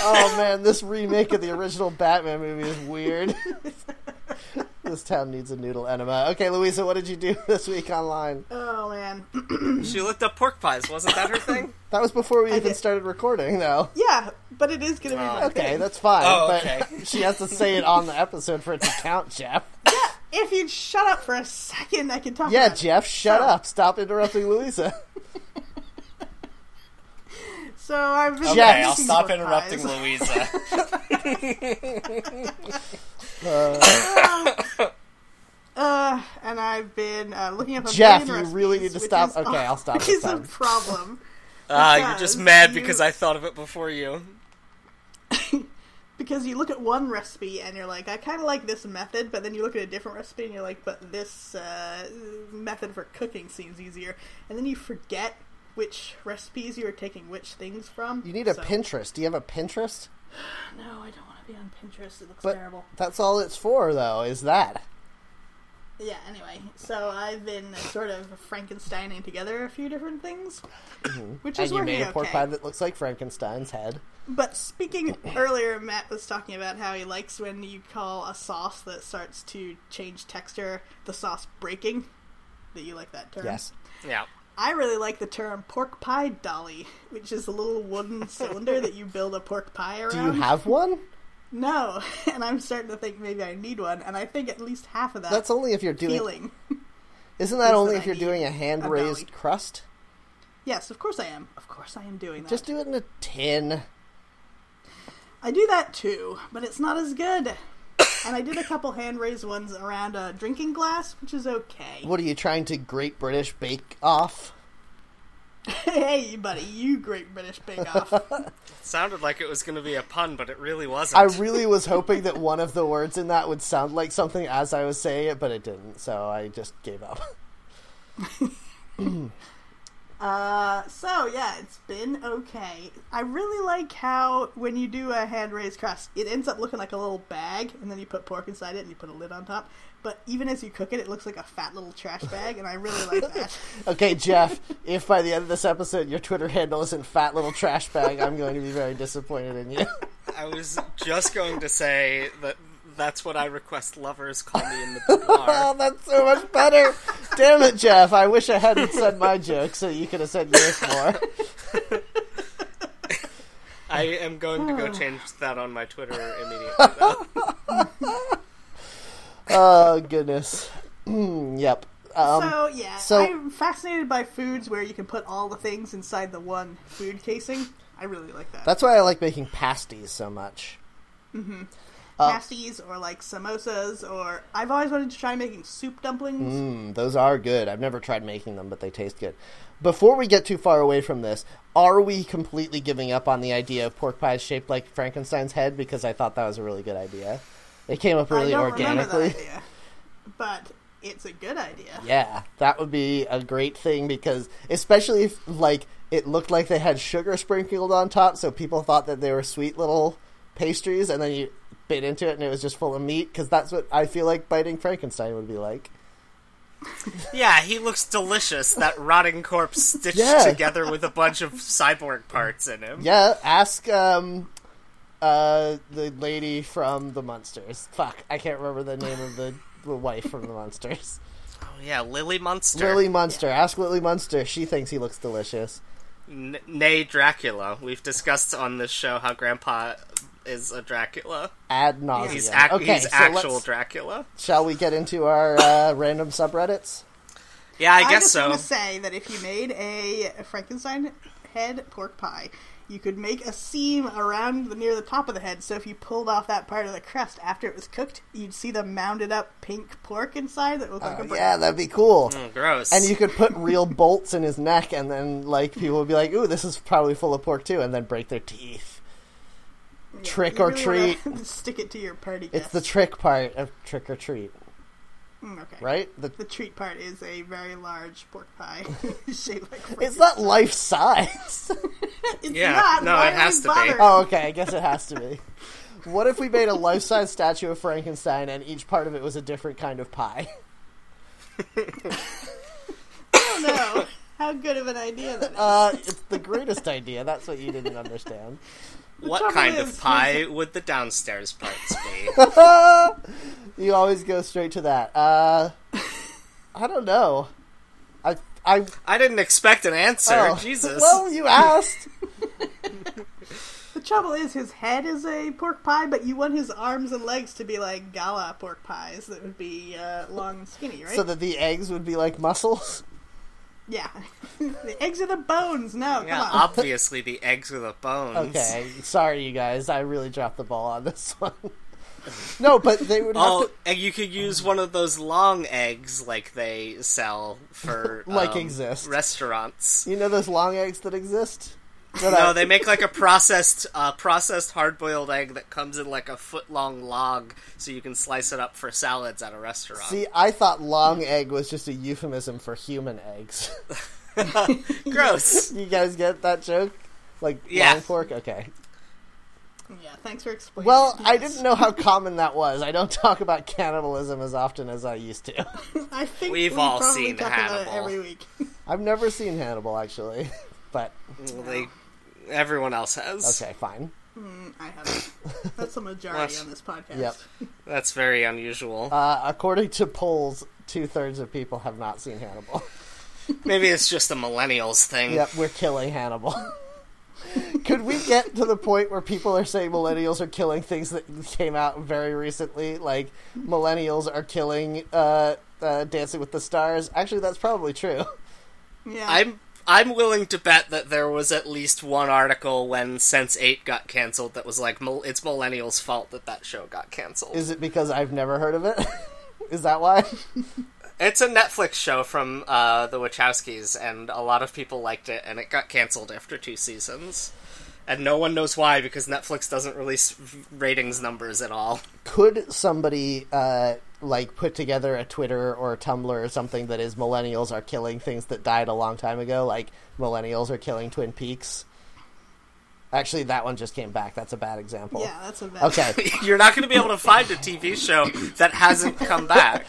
Speaker 1: oh man, this remake of the original Batman movie is weird. *laughs* this town needs a noodle enema. Okay, Louisa, what did you do *laughs* this week online?
Speaker 3: Oh man. *clears throat*
Speaker 2: She looked up pork pies. Wasn't that her *laughs* thing?
Speaker 1: That was before we even
Speaker 3: did-
Speaker 1: started recording though.
Speaker 3: Yeah, but it is gonna be
Speaker 2: Oh.
Speaker 3: my
Speaker 1: Uh, Okay,
Speaker 3: thing.
Speaker 1: that's fine.
Speaker 2: Oh,
Speaker 1: but
Speaker 2: okay.
Speaker 1: *laughs* she has to say it on the episode for it to count, Jeff.
Speaker 3: If you'd shut up for a second, I could talk. *laughs*
Speaker 1: Yeah,
Speaker 3: about it.
Speaker 1: Jeff, shut up. Stop interrupting Louisa.
Speaker 3: So I've been.
Speaker 1: Okay, I'll
Speaker 3: making pork pies.
Speaker 2: *laughs* Louisa.
Speaker 3: Uh, and I've been uh, looking up. A
Speaker 1: Jeff,
Speaker 3: million
Speaker 1: you really need
Speaker 3: recipes,
Speaker 1: to
Speaker 3: which
Speaker 1: stop.
Speaker 3: is-
Speaker 1: Okay, I'll stop
Speaker 3: Which
Speaker 1: this
Speaker 3: is a
Speaker 1: time.
Speaker 3: problem
Speaker 2: Ah, you're just
Speaker 3: Because
Speaker 2: mad
Speaker 3: you-
Speaker 2: because I thought of it before you.
Speaker 3: because you look at one recipe and you're like, I kind of like this method, but then you look at a different recipe and you're like, but this uh, method for cooking seems easier, and then you forget which recipes you are taking which things from.
Speaker 1: You need a
Speaker 3: So-
Speaker 1: Pinterest. Do you have a Pinterest?
Speaker 3: No, I don't want to be on Pinterest. It looks
Speaker 1: But
Speaker 3: terrible.
Speaker 1: that's all it's for, though, is that.
Speaker 3: Yeah, anyway, so I've been sort of Frankensteining together a few different things, which
Speaker 1: Mm-hmm. And
Speaker 3: is
Speaker 1: you
Speaker 3: working
Speaker 1: made a pork
Speaker 3: okay.
Speaker 1: pie that looks like Frankenstein's head.
Speaker 3: But
Speaker 1: *coughs*
Speaker 3: speaking earlier, Matt was talking about how he likes when you call a sauce that starts to change texture, the sauce breaking. That you like that term.
Speaker 1: Yes.
Speaker 2: Yeah.
Speaker 3: I really like the term pork pie dolly, which is a little
Speaker 1: *laughs*
Speaker 3: wooden cylinder that you build a pork pie around.
Speaker 1: Do you have one?
Speaker 3: no, *laughs* and I'm starting to think maybe I need one, and I think at least half of that
Speaker 1: That's only if you're doing. *laughs*
Speaker 3: feeling. *laughs*
Speaker 1: Isn't that only
Speaker 3: that
Speaker 1: if
Speaker 3: I
Speaker 1: you're
Speaker 3: need
Speaker 1: doing a hand raised
Speaker 3: dolly.
Speaker 1: crust?
Speaker 3: Yes, of course I am. Of course I am doing that.
Speaker 1: Just do it in a tin.
Speaker 3: I do that too, but it's not as good. and I did a couple hand raised ones around uh, a drinking glass, which is okay.
Speaker 1: What are you trying to Great British Bake Off?
Speaker 3: *laughs* hey, buddy, you Great British Bake
Speaker 1: *laughs*
Speaker 3: Off.
Speaker 2: Sounded like it was going to be a pun, but it really wasn't.
Speaker 1: I really was hoping that one of the words in that would sound like something as I was saying it, but it didn't, so I just gave up. *laughs*
Speaker 3: Uh, so yeah, it's been okay. I really like how when you do a hand raised crust, it ends up looking like a little bag, and then you put pork inside it and you put a lid on top. But even as you cook it, it looks like a fat little trash bag, and I
Speaker 1: *laughs*
Speaker 3: really like that.
Speaker 1: Okay, Jeff, if by the end of this episode your Twitter handle isn't fat little trash bag, I'm going to be very disappointed in you.
Speaker 2: I was just going to say that that's what I request lovers call me in the boudoir.
Speaker 1: *laughs*
Speaker 2: *laughs*
Speaker 1: Oh, that's so much better. Damn it, Jeff. I wish I hadn't said my joke so you could have said yours *laughs* more.
Speaker 2: I am going to go change that on my Twitter *laughs* immediately. though.
Speaker 1: Oh, goodness. *clears throat* Hmm, yep. Um,
Speaker 3: so yeah,
Speaker 1: so-
Speaker 3: I'm fascinated by foods where you can put all the things inside the one food casing. I really like that.
Speaker 1: that's why I like making pasties so much.
Speaker 3: Mm-hmm.
Speaker 1: Uh,
Speaker 3: Pasties or like samosas, or I've always wanted to try making soup dumplings.
Speaker 1: Mm, those are good. I've never tried making them, but they taste good. Before we get too far away from this, are we completely giving up on the idea of pork pies shaped like Frankenstein's head? Because I thought that was a really good idea. It came up really
Speaker 3: I don't
Speaker 1: organically.
Speaker 3: remember that idea, but it's a good idea.
Speaker 1: Yeah, that would be a great thing because, especially if like it looked like they had sugar sprinkled on top, so people thought that they were sweet little pastries, and then you bit into it and it was just full of meat. Because that's what I feel like biting Frankenstein would be like.
Speaker 2: yeah, he looks delicious. That rotting corpse stitched
Speaker 1: Yeah.
Speaker 2: together with a bunch of cyborg parts in him.
Speaker 1: Yeah, ask um uh the lady from the Munsters. Fuck, I can't remember the name of the, the wife from the Munsters.
Speaker 2: Oh, yeah, Lily Munster.
Speaker 1: Lily Munster. Ask Lily Munster. She thinks he looks delicious.
Speaker 2: N- nay, Dracula. We've discussed on this show how Grandpa is a Dracula.
Speaker 1: Ad nauseum.
Speaker 2: He's, ac-
Speaker 1: Oh, okay,
Speaker 2: he's
Speaker 1: so
Speaker 2: actual
Speaker 1: let's-
Speaker 2: Dracula.
Speaker 1: Shall we get into our uh, random subreddits?
Speaker 2: Yeah, I,
Speaker 3: I
Speaker 2: guess
Speaker 3: just
Speaker 2: so.
Speaker 3: want to say that if you made a Frankenstein head pork pie, you could make a seam around the, near the top of the head. So if you pulled off that part of the crust after it was cooked, you'd see the mounded up pink pork inside that looked like a
Speaker 1: Oh,
Speaker 3: brain.
Speaker 1: yeah, that'd be cool.
Speaker 2: Mm, gross.
Speaker 1: And you could put real bolts in his neck, and then like people would be like, "Ooh, this is probably full of pork too," and then break their teeth.
Speaker 3: Yeah,
Speaker 1: trick
Speaker 3: you
Speaker 1: or
Speaker 3: really wanna *laughs* stick it to your party.
Speaker 1: It's
Speaker 3: guests.
Speaker 1: the trick part of trick or treat,
Speaker 3: Mm, okay.
Speaker 1: right? The
Speaker 3: The treat part is a very large pork pie *laughs* shaped like Frankenstein.
Speaker 1: It's not life size. *laughs*
Speaker 3: It's
Speaker 2: Yeah,
Speaker 3: not.
Speaker 2: no,
Speaker 3: Why
Speaker 2: it
Speaker 3: would
Speaker 2: has
Speaker 3: we
Speaker 2: to be.
Speaker 3: bother?
Speaker 1: oh, okay. I guess it has to be. What if we made a life size statue of Frankenstein and each part of it was a different kind of pie? *laughs*
Speaker 3: I don't know *laughs* how good of an idea that is.
Speaker 1: Uh, it's the greatest idea. That's what you didn't understand.
Speaker 2: what
Speaker 3: trouble
Speaker 2: kind
Speaker 3: is-
Speaker 2: of pie would the downstairs parts
Speaker 1: *laughs*
Speaker 2: be?
Speaker 1: You always go straight to that.
Speaker 2: *laughs*
Speaker 1: Uh, I don't know. I, I.
Speaker 2: I didn't expect an answer.
Speaker 1: oh.
Speaker 2: Jesus.
Speaker 1: Well, you
Speaker 2: *laughs*
Speaker 1: asked.
Speaker 3: The trouble is, his head is a pork pie, but you want his arms and legs to be like gala pork pies that would be uh, long and skinny, right?
Speaker 1: So that the eggs would be like
Speaker 2: *laughs*
Speaker 1: mussels.
Speaker 3: yeah. *laughs* the eggs are the bones. No,
Speaker 2: yeah,
Speaker 3: come on.
Speaker 2: obviously the eggs are the bones.
Speaker 1: Okay, sorry you guys. I really dropped the ball on this one. No, but they would have
Speaker 2: Oh,
Speaker 1: to,
Speaker 2: and you could use one of those long eggs like they sell for
Speaker 1: *laughs* Like
Speaker 2: um,
Speaker 1: exist.
Speaker 2: restaurants.
Speaker 1: you know those long eggs that exist. That I-
Speaker 2: No, they make like a processed uh, processed hard boiled egg that comes in like a foot long log, so you can slice it up for salads at a restaurant.
Speaker 1: See, *laughs* I thought long egg was just a euphemism for human eggs.
Speaker 2: *laughs*
Speaker 1: *laughs*
Speaker 2: Gross.
Speaker 1: you guys get that joke? Like
Speaker 2: Yeah.
Speaker 1: long pork? Okay.
Speaker 3: Yeah, thanks for explaining.
Speaker 1: Well, I
Speaker 3: Yes.
Speaker 1: didn't know how common that was. I don't *laughs* talk about cannibalism as often as I used to. *laughs*
Speaker 3: I think
Speaker 2: We've
Speaker 3: we
Speaker 2: all
Speaker 3: probably
Speaker 2: seen
Speaker 3: talk about it
Speaker 2: Hannibal.
Speaker 3: every week. *laughs*
Speaker 1: I've never seen Hannibal actually, *laughs* but
Speaker 2: They, everyone else has.
Speaker 1: okay, fine.
Speaker 3: I haven't. That's the majority
Speaker 2: Yes.
Speaker 3: on this podcast.
Speaker 1: Yep.
Speaker 2: That's very unusual.
Speaker 1: Uh, according to polls, two thirds of people have not seen Hannibal. *laughs*
Speaker 2: Maybe it's just a millennials thing.
Speaker 1: yep, we're killing Hannibal. *laughs* Could we get to the point where people are saying millennials are killing things that came out very recently? Like millennials are killing uh, uh, Dancing with the Stars. Actually, that's probably true.
Speaker 3: Yeah.
Speaker 2: I'm I'm willing to bet that there was at least one article when Sense Eight got canceled that was like "Mil- it's millennials' fault that that show got
Speaker 1: *laughs*
Speaker 2: canceled.
Speaker 1: Is it because I've never heard of it? Is that why?
Speaker 2: It's a Netflix show from uh, the Wachowskis, and a lot of people liked it, and it got canceled after two seasons. And no one knows why because Netflix doesn't release ratings numbers at all. *laughs*
Speaker 1: Could somebody uh, like put together a Twitter or a Tumblr or something that is millennials are killing things that died a long time ago, like millennials are killing Twin Peaks? Actually, that one just came back. That's a bad example.
Speaker 3: Yeah, that's a bad.
Speaker 1: Okay.
Speaker 3: *laughs*
Speaker 2: You're not going to be able to find a TV show that hasn't come back. You're gonna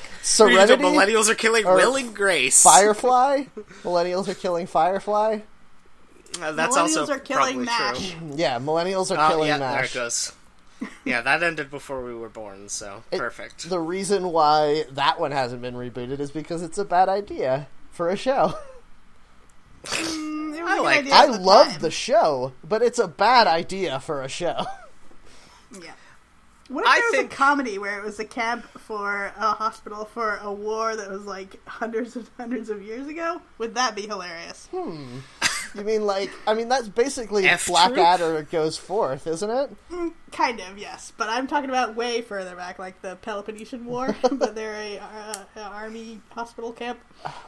Speaker 1: *laughs* Serenity,
Speaker 2: go, millennials are killing
Speaker 1: or
Speaker 2: Will and Grace.
Speaker 1: Firefly. Millennials are killing Firefly.
Speaker 2: Uh, that's also
Speaker 3: Millennials are
Speaker 2: probably
Speaker 3: killing MASH.
Speaker 2: true.
Speaker 1: Yeah, millennials are
Speaker 2: Oh,
Speaker 1: killing
Speaker 2: yeah,
Speaker 1: MASH.
Speaker 2: there it goes. Yeah, that ended before we were born, so
Speaker 1: It-
Speaker 2: perfect.
Speaker 1: The reason why that one hasn't been rebooted is because it's a bad idea for a show.
Speaker 3: Mm, it was
Speaker 2: I
Speaker 3: a good
Speaker 2: like-
Speaker 3: idea
Speaker 1: I
Speaker 3: at the
Speaker 1: love
Speaker 3: time.
Speaker 1: the show, but it's a bad idea for a show. *laughs*
Speaker 3: Yeah. What if
Speaker 2: I
Speaker 3: there was
Speaker 2: think-
Speaker 3: a comedy where it was a camp for a hospital for a war that was like hundreds and hundreds of years ago? Would that be hilarious?
Speaker 1: You mean like I mean that's basically
Speaker 2: F
Speaker 1: Blackadder goes forth, isn't it?
Speaker 3: Kind of, yes. But I'm talking about way further back, like the Peloponnesian War. but they're a, uh, a army hospital camp.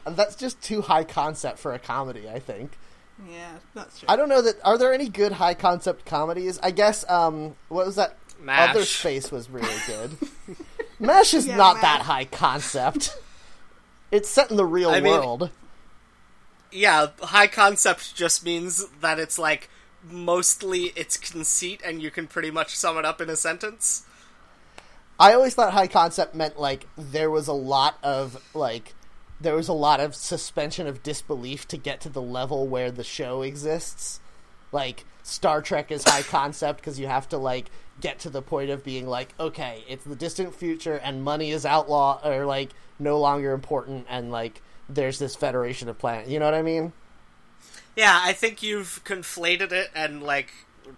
Speaker 1: That's just too high concept for a comedy, I think.
Speaker 3: Yeah, that's true.
Speaker 1: I don't know that are there any good high concept comedies? I guess um what was that
Speaker 2: MASH.
Speaker 1: Other Space was really good. MASH is
Speaker 3: *laughs* Yeah,
Speaker 1: not
Speaker 3: MASH.
Speaker 1: that high concept. It's set in the real
Speaker 2: I mean-
Speaker 1: world.
Speaker 2: yeah, high concept just means that it's like mostly it's conceit and you can pretty much sum it up in a sentence.
Speaker 1: I always thought high concept meant like there was a lot of like there was a lot of suspension of disbelief to get to the level where the show exists. Like Star Trek is high concept because you have to like get to the point of being like, okay, it's the distant future and money is outlaw or like no longer important and like there's this federation of planets. You know what I mean?
Speaker 2: Yeah, I think you've conflated it and like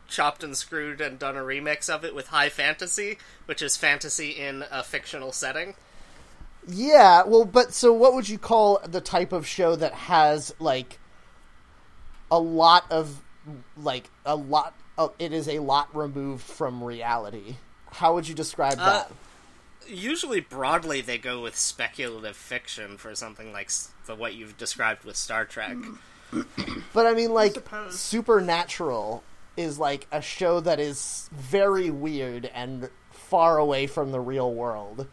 Speaker 2: chopped and screwed and done a remix of it with high fantasy, which is fantasy in a fictional setting.
Speaker 1: Yeah, well, but so what would you call the type of show that has like a lot of like a lot of it is a lot removed from reality? How would you describe
Speaker 2: Uh,
Speaker 1: that?
Speaker 2: Usually, broadly, they go with speculative fiction for something like s- the what you've described with Star Trek.
Speaker 1: Mm. But I mean, like
Speaker 3: suppose.
Speaker 1: Supernatural is like a show that is very weird and far away from the real world,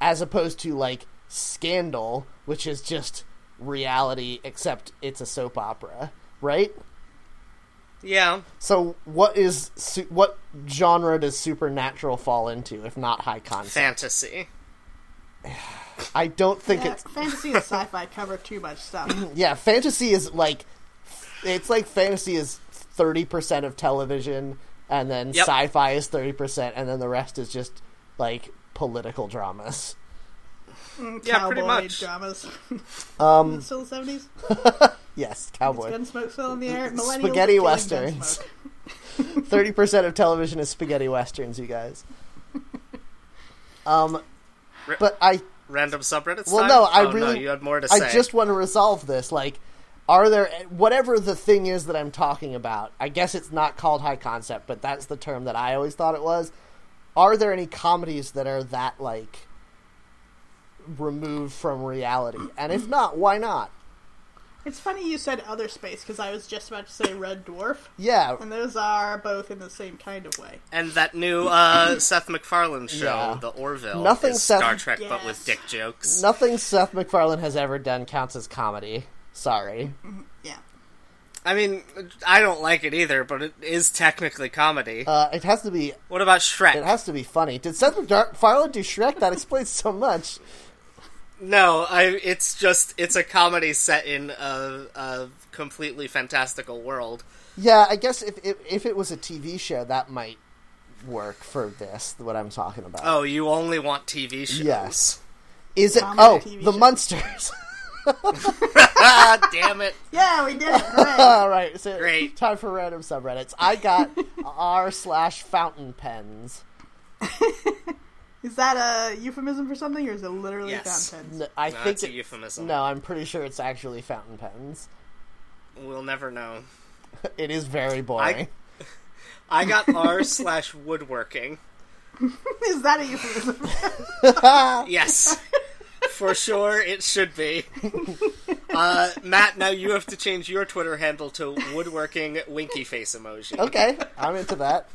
Speaker 1: as opposed to like Scandal, which is just reality except it's a soap opera, right?
Speaker 2: Yeah,
Speaker 1: So what is su- what genre does supernatural fall into if not high concept?
Speaker 2: fantasy.
Speaker 1: I don't think
Speaker 3: Yeah,
Speaker 1: it's
Speaker 3: fantasy and sci-fi cover too much stuff.
Speaker 1: yeah, fantasy is like it's like fantasy is 30% of television and then
Speaker 2: Yep.
Speaker 1: sci-fi is 30% and then the rest is just like political dramas.
Speaker 2: Yeah, pretty
Speaker 3: Cowboy
Speaker 2: much.
Speaker 3: dramas.
Speaker 1: Um
Speaker 3: still the seventies.
Speaker 1: yes,
Speaker 3: It's
Speaker 1: cowboy.
Speaker 3: Gunsmoke still in the air. Millennials are
Speaker 1: Spaghetti
Speaker 3: killing
Speaker 1: westerns.
Speaker 3: Gunsmoke.
Speaker 1: *laughs* 30% of television is spaghetti westerns, you guys. Um
Speaker 2: Re-
Speaker 1: but I
Speaker 2: Random subreddits.
Speaker 1: Well,
Speaker 2: time?
Speaker 1: no, I
Speaker 2: Oh,
Speaker 1: really-
Speaker 2: you had more to say.
Speaker 1: I just want to resolve this. Like, are there whatever the thing is that I'm talking about? I guess it's not called high concept, but that's the term that I always thought it was. Are there any comedies that are that like removed from reality? And if not, why not?
Speaker 3: It's funny you said other space because I was just about to say Red Dwarf,
Speaker 1: Yeah,
Speaker 3: and those are both in the same kind of way.
Speaker 2: and that new uh, Seth MacFarlane show,
Speaker 1: Yeah.
Speaker 2: The Orville.
Speaker 1: Nothing
Speaker 2: is
Speaker 1: Seth-
Speaker 2: Star Trek, but with
Speaker 3: Yes.
Speaker 2: dick jokes.
Speaker 1: nothing Seth MacFarlane has ever done counts as comedy. Sorry.
Speaker 3: Yeah.
Speaker 2: I mean, I don't like it either, but it is technically comedy.
Speaker 1: Uh, it has to be.
Speaker 2: what about Shrek?
Speaker 1: It has to be funny. Did Seth MacFarlane do Shrek? That explains so much.
Speaker 2: no, I. It's just it's a comedy set in a, a completely fantastical world.
Speaker 1: Yeah, I guess if, if if it was a TV show, that might work for this. What I'm talking about.
Speaker 2: Oh, you only want TV shows?
Speaker 1: Yes. is it?
Speaker 3: Comedy
Speaker 1: Oh,
Speaker 3: TV
Speaker 1: the
Speaker 3: show.
Speaker 1: Munsters.
Speaker 2: *laughs*
Speaker 1: *laughs*
Speaker 2: ah, damn it!
Speaker 3: Yeah, we did it. Hooray.
Speaker 1: All right, so
Speaker 2: Great.
Speaker 1: time for random subreddits. I got r slash fountain pens.
Speaker 3: is that a euphemism for something, or is it literally
Speaker 2: Yes.
Speaker 3: fountains?
Speaker 1: N- I
Speaker 2: No,
Speaker 1: think
Speaker 2: Ah, it's a
Speaker 1: it-
Speaker 2: euphemism.
Speaker 1: No, I'm pretty sure it's actually fountain pens.
Speaker 2: We'll never know.
Speaker 1: It is very boring.
Speaker 2: I got R *laughs* slash woodworking.
Speaker 3: Is that a euphemism?
Speaker 2: Yes. For sure, it should be. Uh, Matt, now you have to change your Twitter handle to woodworking winky face emoji.
Speaker 1: Okay, I'm into that.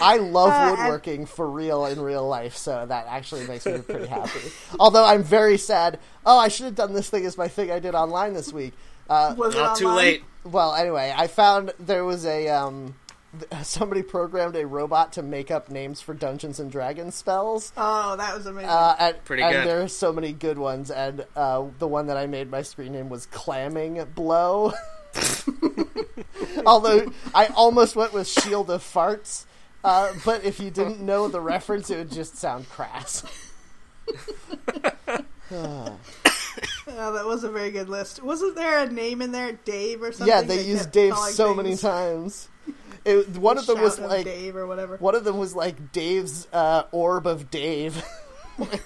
Speaker 1: I love
Speaker 3: Uh, I-
Speaker 1: woodworking for real in real life, so that actually makes me pretty happy. Although I'm very sad. Oh, I should have done this thing as my thing I did online this week. Uh,
Speaker 3: Was
Speaker 2: Not
Speaker 3: it
Speaker 2: too
Speaker 3: online?
Speaker 2: late.
Speaker 1: well, anyway, I found there was a um, th- somebody programmed a robot to make up names for Dungeons and Dragons spells.
Speaker 3: Oh, that was amazing.
Speaker 1: Uh, and,
Speaker 2: Pretty
Speaker 1: and
Speaker 2: good.
Speaker 1: there are so many good ones, and uh, the one that I made my screen name was Clamming Blow. *laughs* Although I almost went with Shield of Farts, uh, but if you didn't know the reference, it would just sound crass. *laughs*
Speaker 3: oh, that was a very good list. Wasn't there a name in there, Dave or something?
Speaker 1: yeah, they
Speaker 3: that
Speaker 1: used
Speaker 3: kept
Speaker 1: Dave
Speaker 3: calling
Speaker 1: so many
Speaker 3: things-
Speaker 1: times. It, one of them was
Speaker 3: Shout out
Speaker 1: like
Speaker 3: Dave or whatever.
Speaker 1: one of them was like Dave's uh, Orb of Dave. *laughs* like,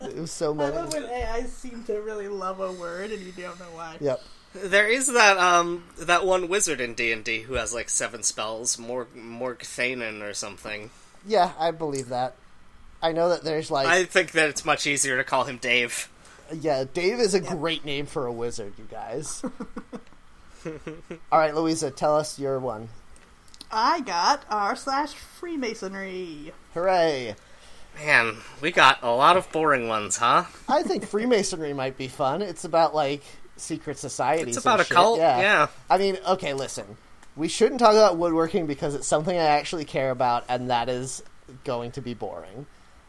Speaker 1: it was so
Speaker 3: I
Speaker 1: many.
Speaker 3: love when AI seem to really love a word and you don't know why.
Speaker 1: Yep.
Speaker 2: There is that um that one wizard in D and D who has like seven spells, Morg Morgthanen or something.
Speaker 1: Yeah, I believe that. I know that there's like
Speaker 2: I think that it's much easier to call him Dave.
Speaker 1: Yeah, Dave is a great name for a wizard, you
Speaker 2: *laughs*
Speaker 1: guys. All right, Louisa, tell us your one.
Speaker 3: I got r slash Freemasonry.
Speaker 1: Hooray!
Speaker 2: Man, we got a lot of boring ones, huh?
Speaker 1: I think Freemasonry might be fun. It's about like secret societies.
Speaker 2: It's about
Speaker 1: and
Speaker 2: a
Speaker 1: shit.
Speaker 2: cult,
Speaker 1: Yeah.
Speaker 2: yeah.
Speaker 1: I mean, okay, listen. We shouldn't talk about woodworking because it's something I actually care about, and that is going to be boring.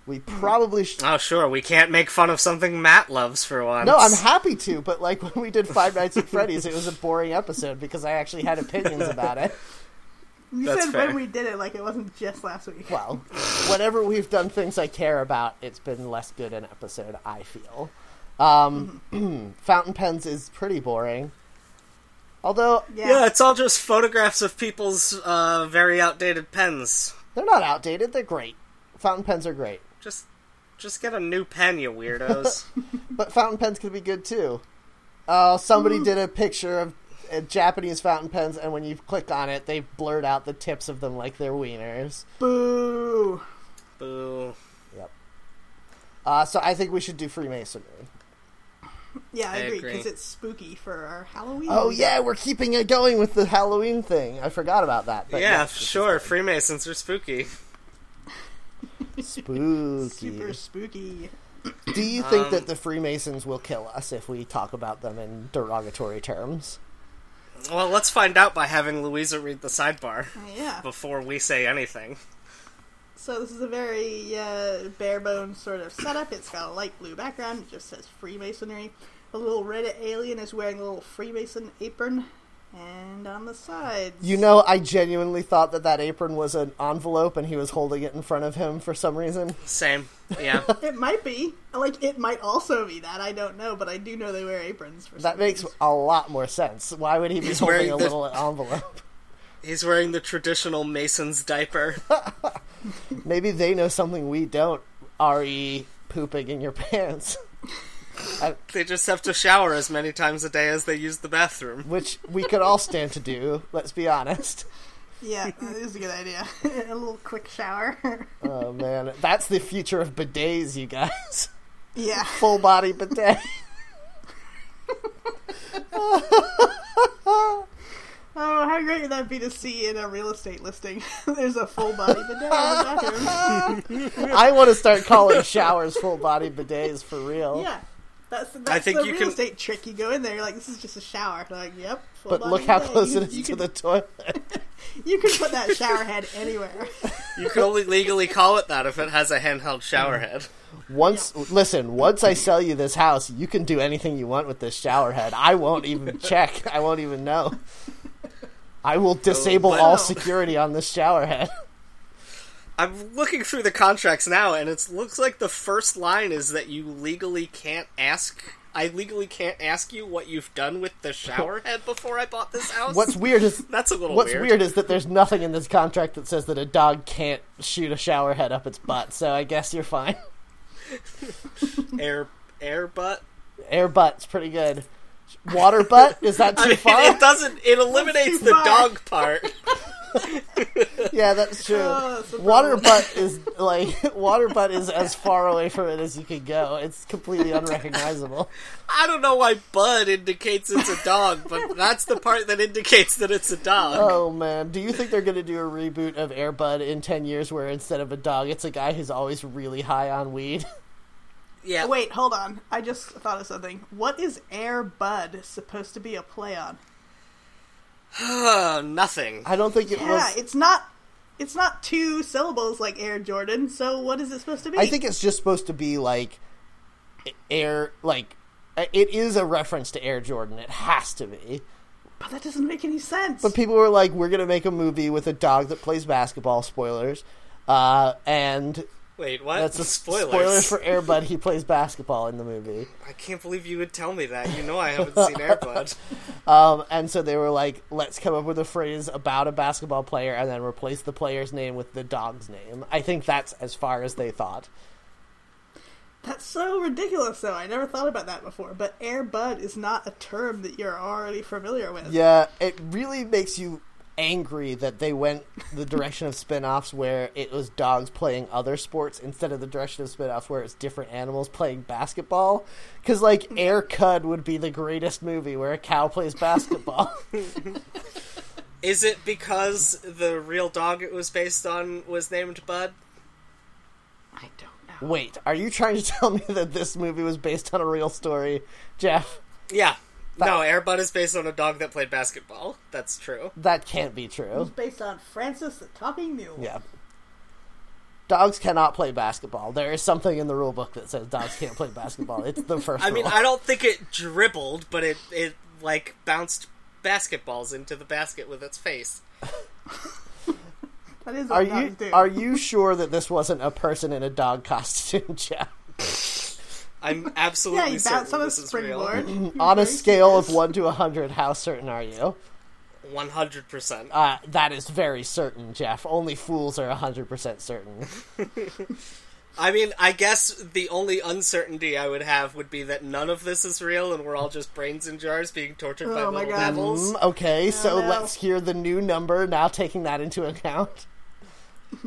Speaker 1: We probably sh-
Speaker 2: Oh, sure, we can't make fun of something Matt loves for once.
Speaker 1: no. I'm happy to, but like when we did Five Nights at Freddy's, it was a boring episode because I actually had opinions about it.
Speaker 3: You
Speaker 2: That's
Speaker 3: said
Speaker 2: fair.
Speaker 3: when we did it, like it wasn't just last week.
Speaker 1: well, whenever we've done things I care about, it's been less good an episode, I feel. Um, *clears throat* fountain pens is pretty boring. Although,
Speaker 3: Yeah.
Speaker 2: yeah. it's all just photographs of people's uh, very outdated pens.
Speaker 1: they're not outdated, they're great. Fountain pens are great.
Speaker 2: Just, just get a new pen, you weirdos.
Speaker 1: But fountain pens could be good too. Uh, somebody did a picture of uh, Japanese fountain pens, and when you click on it, they blurred out the tips of them like they're wieners.
Speaker 3: Boo.
Speaker 2: Boo.
Speaker 1: Yep. Uh, so I think we should do Freemasonry.
Speaker 3: Yeah, I,
Speaker 2: I
Speaker 3: agree
Speaker 2: agree.
Speaker 3: because it's spooky for our Halloween.
Speaker 1: Oh yeah, we're keeping it going with the Halloween thing. I forgot about that. But
Speaker 2: yeah,
Speaker 1: yes, this is
Speaker 2: sure. Freemasons are spooky.
Speaker 1: Spooky.
Speaker 3: super spooky.
Speaker 1: Do you think
Speaker 2: Um,
Speaker 1: that the Freemasons will kill us if we talk about them in derogatory terms?
Speaker 2: Well, let's find out by having Louisa read the sidebar
Speaker 3: Yeah.
Speaker 2: before we say anything.
Speaker 3: So this is a very uh, bare bones sort of setup. It's got a light blue background. It just says Freemasonry. A little Reddit alien is wearing a little Freemason apron, and on the sides,
Speaker 1: You know, I genuinely thought that that apron was an envelope and he was holding it in front of him for some reason.
Speaker 2: Same. Yeah.
Speaker 3: it might be like it might also be that I don't know, but I do know they wear aprons. For
Speaker 1: That
Speaker 3: some
Speaker 1: makes
Speaker 3: reason.
Speaker 1: a lot more sense. Why would he be
Speaker 2: He's
Speaker 1: holding
Speaker 2: wearing
Speaker 1: a
Speaker 2: the-
Speaker 1: little envelope?
Speaker 2: He's wearing the traditional Mason's diaper.
Speaker 1: Maybe they know something we don't, re pooping in your *laughs* pants,
Speaker 2: they just have to shower as many times a day as they use the bathroom.
Speaker 1: which we could all stand to do. Let's be honest.
Speaker 3: yeah, that is a good idea. *laughs* a little quick shower.
Speaker 1: Oh man, that's the future of bidets, you guys. *laughs*
Speaker 3: yeah.
Speaker 1: full body bidet.
Speaker 3: *laughs* Oh, how great would that be to see in a real estate listing? *laughs* There's a full body bidet in
Speaker 1: *laughs*
Speaker 3: the bathroom.
Speaker 1: I want to start calling showers full body bidets for real.
Speaker 3: *laughs* Yeah, that's, that's
Speaker 2: think
Speaker 3: the
Speaker 2: you
Speaker 3: real
Speaker 2: can-
Speaker 3: estate trick. You go in there, you're like, this is just a shower. They're like, yep. full
Speaker 1: But
Speaker 3: body
Speaker 1: look how
Speaker 3: bidet.
Speaker 1: close
Speaker 3: you,
Speaker 1: it is
Speaker 3: you
Speaker 1: to
Speaker 3: can,
Speaker 1: the toilet.
Speaker 3: *laughs* You can
Speaker 1: *laughs*
Speaker 3: put that shower head anywhere.
Speaker 2: You can only legally call it that if it has a handheld shower head.
Speaker 1: Once, listen, once I sell you this house, you can do anything you want with this shower head. I won't
Speaker 3: *laughs*
Speaker 1: even check. I won't even know. I
Speaker 2: Oh,
Speaker 1: will disable
Speaker 2: but-
Speaker 1: all security on this shower head.
Speaker 2: I'm looking through the contracts now, and it looks like the first line is that you legally can't ask. I legally can't ask you what you've done with the shower head before I bought this house.
Speaker 1: What's weird is
Speaker 2: *laughs* that's a little
Speaker 1: what's
Speaker 2: weird.
Speaker 1: weird. is that there's nothing in this contract that says that a dog can't shoot a shower head up its butt. So I guess you're fine.
Speaker 2: Air air butt.
Speaker 1: Air butt's pretty good. Water butt is that too
Speaker 2: *laughs*
Speaker 3: *laughs*
Speaker 2: I mean,
Speaker 1: far?
Speaker 2: it doesn't. It eliminates the
Speaker 3: far.
Speaker 2: dog part.
Speaker 1: yeah, that's true.
Speaker 3: Oh, that's the
Speaker 1: water
Speaker 3: problem.
Speaker 1: butt is like *laughs* water butt is as far away from it as you can go. It's completely
Speaker 3: *laughs*
Speaker 1: unrecognizable.
Speaker 2: I don't know why Bud indicates it's a dog, but that's the part that indicates that it's a dog.
Speaker 1: Oh man, do you think they're gonna do a reboot of Air Bud in ten years, where instead of a dog, it's a guy who's always really high on weed? *laughs*
Speaker 2: yeah.
Speaker 3: Wait, hold on. I just thought of something. What is Air Bud supposed to be a play on?
Speaker 2: Uh, nothing.
Speaker 1: I don't think it
Speaker 3: Yeah,
Speaker 1: was.
Speaker 3: it's not. It's not two syllables like Air Jordan. So what is it supposed to be?
Speaker 1: I think it's just supposed to be like Air, like it is a reference to Air Jordan. It has to be.
Speaker 3: but Oh, that doesn't make any sense.
Speaker 1: But people were like, "We're gonna make a movie with a dog that plays basketball." Spoilers, uh, and
Speaker 2: Wait, what?
Speaker 1: that's a
Speaker 2: Spoilers.
Speaker 1: spoiler
Speaker 2: *laughs*
Speaker 1: for Airbud. He plays basketball in the movie,
Speaker 2: I can't believe you would tell me that. You know I haven't
Speaker 1: *laughs*
Speaker 2: seen Airbud.
Speaker 1: um, and so they were like, "Let's come up with a phrase about a basketball player, and then replace the player's name with the dog's name." I think that's as far as they thought.
Speaker 3: That's so ridiculous, though. I never thought about that before. But Air Bud is not a term that you're already familiar with.
Speaker 1: Yeah, it really makes you angry that they went the direction of spin-offs where it was dogs playing other sports instead of the direction of spin-offs where it's different animals playing basketball cuz like Air Cud would be the greatest movie where a cow plays
Speaker 2: *laughs*
Speaker 1: basketball.
Speaker 2: Is it because the real dog it was based on was named Bud?
Speaker 3: I don't know.
Speaker 1: Wait, are you trying to tell me that this movie was based on a real story, Jeff?
Speaker 2: Yeah. No, Airbud is based on a dog that played basketball. That's true.
Speaker 1: That can't be true.
Speaker 3: It's based on Francis the Talking Mule.
Speaker 1: Yeah. Dogs cannot play basketball. There is something in the rule book that says dogs can't play basketball. It's
Speaker 2: *laughs*
Speaker 1: the first
Speaker 2: I mean,
Speaker 1: rule.
Speaker 2: I don't think it dribbled, but it it like bounced basketballs into the basket with its face.
Speaker 3: That is
Speaker 1: Are
Speaker 3: what dogs
Speaker 1: you
Speaker 3: do.
Speaker 1: are you sure that this wasn't a person in a dog *laughs* costume, Jeff?
Speaker 2: I'm
Speaker 3: *laughs* yeah,
Speaker 2: absolutely
Speaker 3: you bounce
Speaker 2: certain
Speaker 3: on a
Speaker 2: this is real.
Speaker 3: springboard.
Speaker 2: *laughs*
Speaker 1: On a
Speaker 3: Very
Speaker 1: scale of
Speaker 3: curious.
Speaker 1: one to hundred, how certain are you?
Speaker 2: One hundred percent.
Speaker 1: Uh, that is very certain, Jeff. Only fools are hundred percent certain.
Speaker 2: I mean, I guess the only uncertainty I would have would be that none of this is real, and we're all just brains in jars being tortured by
Speaker 3: Oh my
Speaker 2: little
Speaker 3: God.
Speaker 2: devils.
Speaker 1: Mm, okay, so
Speaker 3: no.
Speaker 1: let's hear the new number now, taking that into account.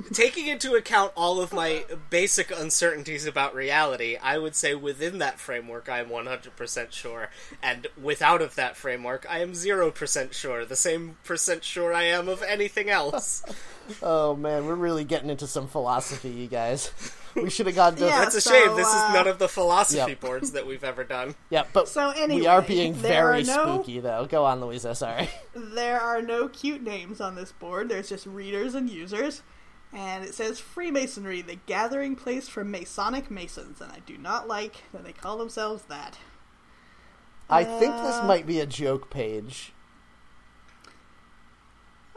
Speaker 1: *laughs*
Speaker 2: Taking into account all of my basic uncertainties about reality, I would say within that framework I am 100% sure, and without of that framework I am 0% sure, the same percent sure I am of anything
Speaker 3: *laughs*
Speaker 2: else.
Speaker 1: Oh man, we're really getting into some philosophy, you guys. We should have gone to
Speaker 3: Yeah.
Speaker 2: That's a
Speaker 3: So,
Speaker 2: shame, this
Speaker 3: uh,
Speaker 2: is none of the philosophy
Speaker 1: Yep.
Speaker 2: boards that we've ever done.
Speaker 1: yeah, but
Speaker 3: So anyway,
Speaker 1: we are being
Speaker 3: there
Speaker 1: very
Speaker 3: are no-
Speaker 1: spooky though. Go on, Louisa. Sorry.
Speaker 3: There are no cute names on this board. There's just readers and users. And it says Freemasonry, the gathering place for Masonic Masons. And I do not like that they call themselves that.
Speaker 1: I think this
Speaker 3: Uh,
Speaker 1: might be a joke page.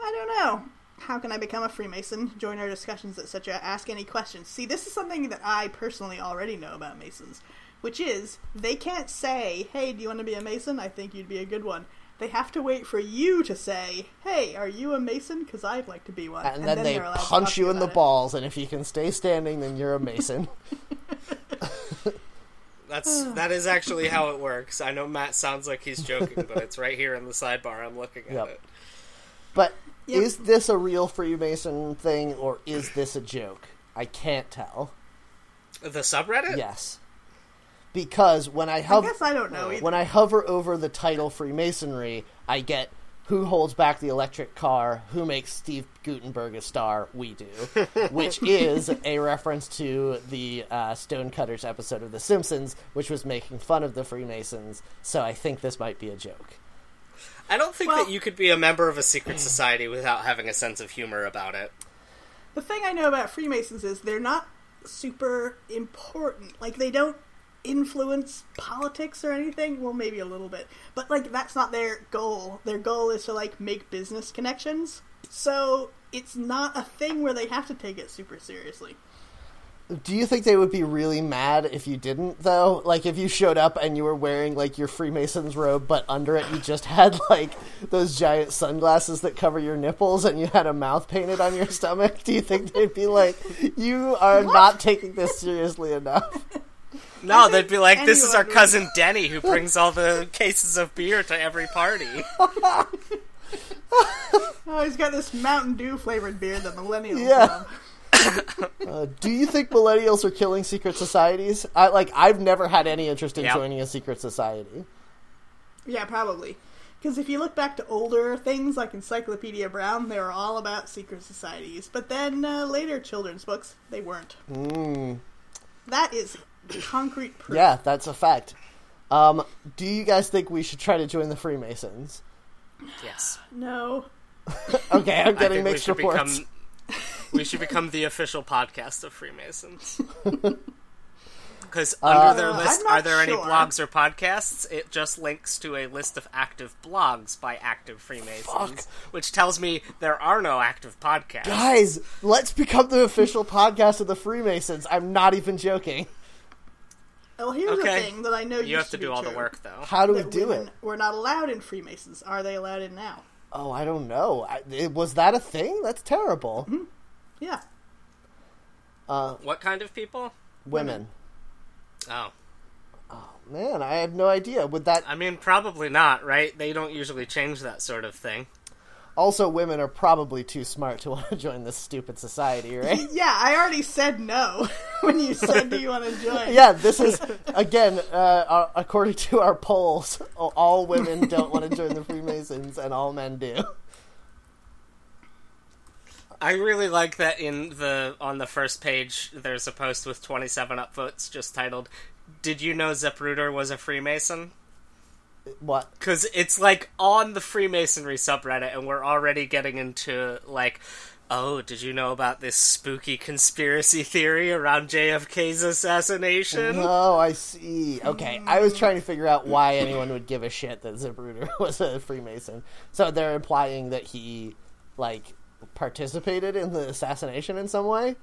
Speaker 3: I don't know. How can I become a Freemason? Join our discussions, etc. Ask any questions. See, this is something that I personally already know about Masons, which is they can't say, hey, do you want to be a Mason? I think you'd be a good one. They have to wait for you to say, hey, are you a Mason? Because I'd like to be one.
Speaker 1: and, then, they
Speaker 3: they're allowed to talk
Speaker 1: punch
Speaker 3: to
Speaker 1: you in the
Speaker 3: about it.
Speaker 1: balls, and if you can stay standing, then you're a
Speaker 3: *laughs*
Speaker 1: mason.
Speaker 3: *sighs*
Speaker 2: That's that is actually how it works. I know Matt sounds like he's joking, but it's right here in the sidebar. I'm looking at
Speaker 1: Yep.
Speaker 2: it.
Speaker 1: but
Speaker 3: Yep.
Speaker 1: is this a real Freemason thing, or is this a joke? I can't tell.
Speaker 2: The subreddit?
Speaker 1: Yes, because when I
Speaker 3: I
Speaker 1: hover
Speaker 3: guess I don't know either.
Speaker 1: when I hover over the title Freemasonry, I get who holds back the electric car, who makes Steve Gutenberg a star. We do,
Speaker 3: *laughs*
Speaker 1: which is a reference to the uh, Stonecutters episode of The Simpsons, which was making fun of the Freemasons. So I think this might be a joke.
Speaker 2: I don't think
Speaker 3: Well-
Speaker 2: that you could be a member of a secret society without having a sense of humor about it.
Speaker 3: The thing I know about Freemasons is they're not super important. Like they don't influence politics or anything. Well, maybe a little bit, but like that's not their goal. Their goal is to like make business connections. So it's not a thing where they have to take it super seriously.
Speaker 1: Do you think they would be really mad if you didn't, though? Like, if you showed up and you were wearing, like, your Freemason's robe, but under it you just had, *laughs* like, those giant sunglasses that cover your nipples and you had a mouth painted on your stomach? Do you think they'd be like, you are not taking this seriously enough?
Speaker 2: No,
Speaker 3: I
Speaker 2: they'd
Speaker 3: think
Speaker 2: be like, "This is our
Speaker 3: anyone would- *laughs*
Speaker 2: cousin Denny who brings all the cases of beer to every party."
Speaker 3: Oh, he's got this Mountain Dew flavored beer that millennials
Speaker 1: Yeah.
Speaker 3: love.
Speaker 1: Uh, do you think millennials are killing secret societies? I like I've never had any interest in
Speaker 2: Yeah.
Speaker 1: joining a secret society.
Speaker 3: Yeah, probably. Because if you look back to older things like Encyclopedia Brown, they were all about secret societies. But then uh, later children's books, they weren't.
Speaker 1: Mm,
Speaker 3: That is concrete proof.
Speaker 1: yeah, that's a fact. Um, do you guys think we should try to join the Freemasons?
Speaker 2: Yes.
Speaker 3: No.
Speaker 1: Okay, I'm
Speaker 2: I
Speaker 1: getting
Speaker 2: think we
Speaker 1: mixed
Speaker 2: should
Speaker 1: reports.
Speaker 2: become *laughs* we should become the official podcast of
Speaker 3: *laughs*
Speaker 2: Freemasons. Because under their
Speaker 3: Uh,
Speaker 2: list,
Speaker 3: I'm not
Speaker 2: are there any
Speaker 3: sure.
Speaker 2: blogs or podcasts? It just links to a list of active blogs by active Freemasons, which tells me there are no active podcasts.
Speaker 1: Guys, let's become the official podcast of the Freemasons. I'm not even joking.
Speaker 3: Well, here's the
Speaker 2: Okay.
Speaker 3: thing that I know
Speaker 2: You have to
Speaker 3: be
Speaker 2: do all the
Speaker 3: true,
Speaker 2: work, though.
Speaker 1: How do we
Speaker 3: that
Speaker 1: do
Speaker 3: women
Speaker 1: it?
Speaker 3: We're not allowed in Freemasons. Are they allowed in now?
Speaker 1: Oh, I don't know. I, it, was that a thing? That's terrible.
Speaker 3: Yeah. *laughs*
Speaker 2: What kind of people?
Speaker 1: Women.
Speaker 2: Oh,
Speaker 1: Man, I had no idea. Would that
Speaker 2: I mean, probably not, right? They don't usually change that sort of thing.
Speaker 1: also women are probably too smart to *laughs* want to join this stupid society,
Speaker 3: *laughs*
Speaker 1: right?
Speaker 3: Yeah, I already said no *laughs* when you said do you want
Speaker 1: *laughs*
Speaker 3: to join.
Speaker 1: yeah, this is again uh, uh, according to our polls, all- all women don't want to join the Freemasons, and all men do.
Speaker 2: I really like that in the on the first page there's a post with 27 upvotes just titled Did you know Zepruder was a Freemason?
Speaker 1: What?
Speaker 2: Cuz it's like on the Freemasonry subreddit and we're already getting into like oh, did you know about this spooky conspiracy theory around JFK's assassination?
Speaker 1: Oh, I see. Okay, I was trying to figure out why anyone would give a shit that Zipruder *laughs* was a Freemason. So they're implying that he, like, participated in the assassination in some way.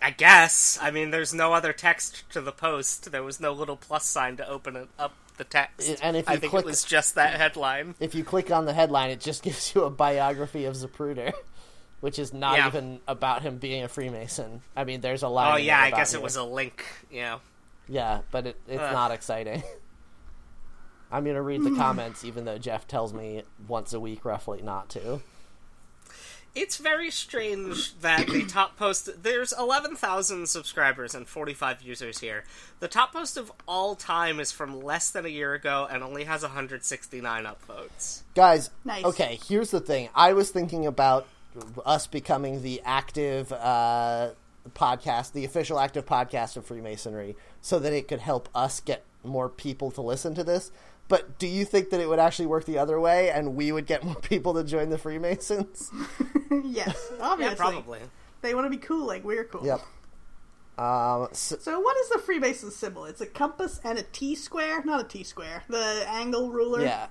Speaker 2: I guess. I mean, there's no other text to the post. There was no little plus sign to open it up the text.
Speaker 1: And if
Speaker 2: I
Speaker 1: you
Speaker 2: think
Speaker 1: click-
Speaker 2: it was just that headline.
Speaker 1: If you click on the headline, it just *laughs* gives you a biography of Zapruder, which is not
Speaker 2: Yeah.
Speaker 1: even about him being a Freemason. I mean, there's a line.
Speaker 2: Oh
Speaker 1: in
Speaker 2: yeah, I
Speaker 1: about
Speaker 2: guess it
Speaker 1: him.
Speaker 2: was a link. Yeah.
Speaker 1: Yeah, but it, it's
Speaker 2: Ugh.
Speaker 1: not exciting. *laughs* I'm gonna read
Speaker 2: *laughs*
Speaker 1: the comments, even though Jeff tells me once a week, roughly, not to.
Speaker 2: It's very strange that the top post. There's 11,000 subscribers and 45 users here. The top post of all time is from less than a year ago and only has 169 upvotes.
Speaker 1: Guys,
Speaker 3: Nice.
Speaker 1: okay, here's the thing. I was thinking about us becoming the active uh, podcast, the official active podcast of Freemasonry, so that it could help us get more people to listen to this. But do you think that it would actually work the other way and we would get *laughs* more people to join the Freemasons?
Speaker 3: yes,
Speaker 2: Yeah,
Speaker 3: obviously.
Speaker 2: probably.
Speaker 3: They want to be cool like we're cool.
Speaker 1: Yep. Um, so,
Speaker 3: So what is the Freemason symbol? It's a compass and a T square, not a T square. The angle ruler,
Speaker 1: yeah.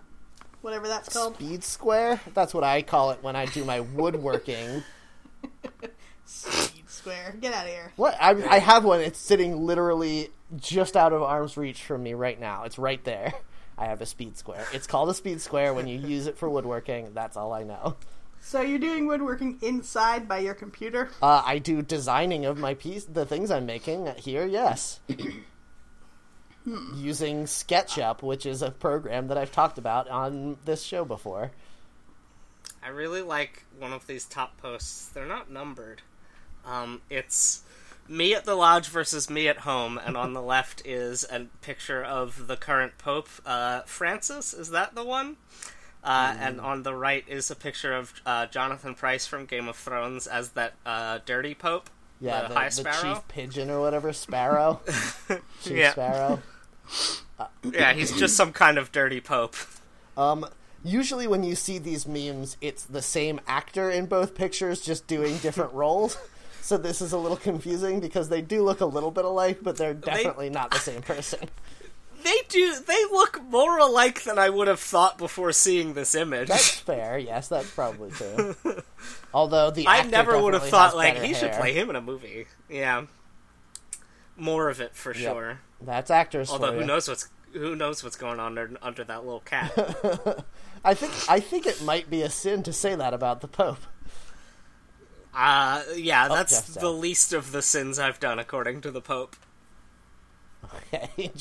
Speaker 3: whatever that's called.
Speaker 1: Speed square? That's what I call it when I do my woodworking.
Speaker 3: Speed square. Get out of here.
Speaker 1: what? I, I have one. It's sitting literally just out of arm's reach from me right now. It's right there. I have a speed square. It's called a speed square when you use it for woodworking. That's all I know.
Speaker 3: So you're doing woodworking inside by your computer.
Speaker 1: Uh, I do designing of my piece, the things I'm making here, yes. Using SketchUp, which is a program that I've talked about on this show before.
Speaker 2: I really like one of these top posts. They're not numbered. Um, it's me at the lodge versus me at home, and on the left is a picture of the current Pope uh, Francis. Is that the one? Uh,
Speaker 1: Mm.
Speaker 2: And on the right is a picture of uh, Jonathan Price from Game of Thrones as that uh, dirty Pope.
Speaker 1: Yeah,
Speaker 2: the,
Speaker 1: the,
Speaker 2: High
Speaker 1: the
Speaker 2: Sparrow.
Speaker 1: chief pigeon or whatever,
Speaker 2: *laughs*
Speaker 1: sparrow. chief
Speaker 2: Yeah.
Speaker 1: sparrow.
Speaker 2: Yeah, he's
Speaker 1: *clears throat*
Speaker 2: just some kind of dirty Pope.
Speaker 1: Um, usually, when you see these memes, it's the same actor in both pictures, just doing
Speaker 2: *laughs*
Speaker 1: different roles. So this is a little confusing because they do look a little bit alike, but they're definitely not the
Speaker 2: *laughs*
Speaker 1: same person.
Speaker 2: They do. They look more alike than I would have thought before seeing this image.
Speaker 1: That's fair. Yes, that's probably
Speaker 2: *laughs*
Speaker 1: true. Although the
Speaker 2: I
Speaker 1: actor
Speaker 2: never would have
Speaker 1: definitely
Speaker 2: thought
Speaker 1: has
Speaker 2: like
Speaker 1: better
Speaker 2: he should
Speaker 1: hair.
Speaker 2: play him in a movie. Yeah, more of it for
Speaker 1: Yep. Oh,
Speaker 2: sure.
Speaker 1: That's actors.
Speaker 2: Although
Speaker 1: for
Speaker 2: who
Speaker 1: you.
Speaker 2: knows what's who knows what's going on under, under that little
Speaker 1: *laughs*
Speaker 2: cat?
Speaker 1: I think I think it might be a sin to say that about the Pope. *laughs*
Speaker 2: uh,
Speaker 1: Oh,
Speaker 2: yeah, that's
Speaker 1: Jeff's
Speaker 2: the
Speaker 1: out.
Speaker 2: least of the sins I've done, according to the Pope.
Speaker 1: Okay,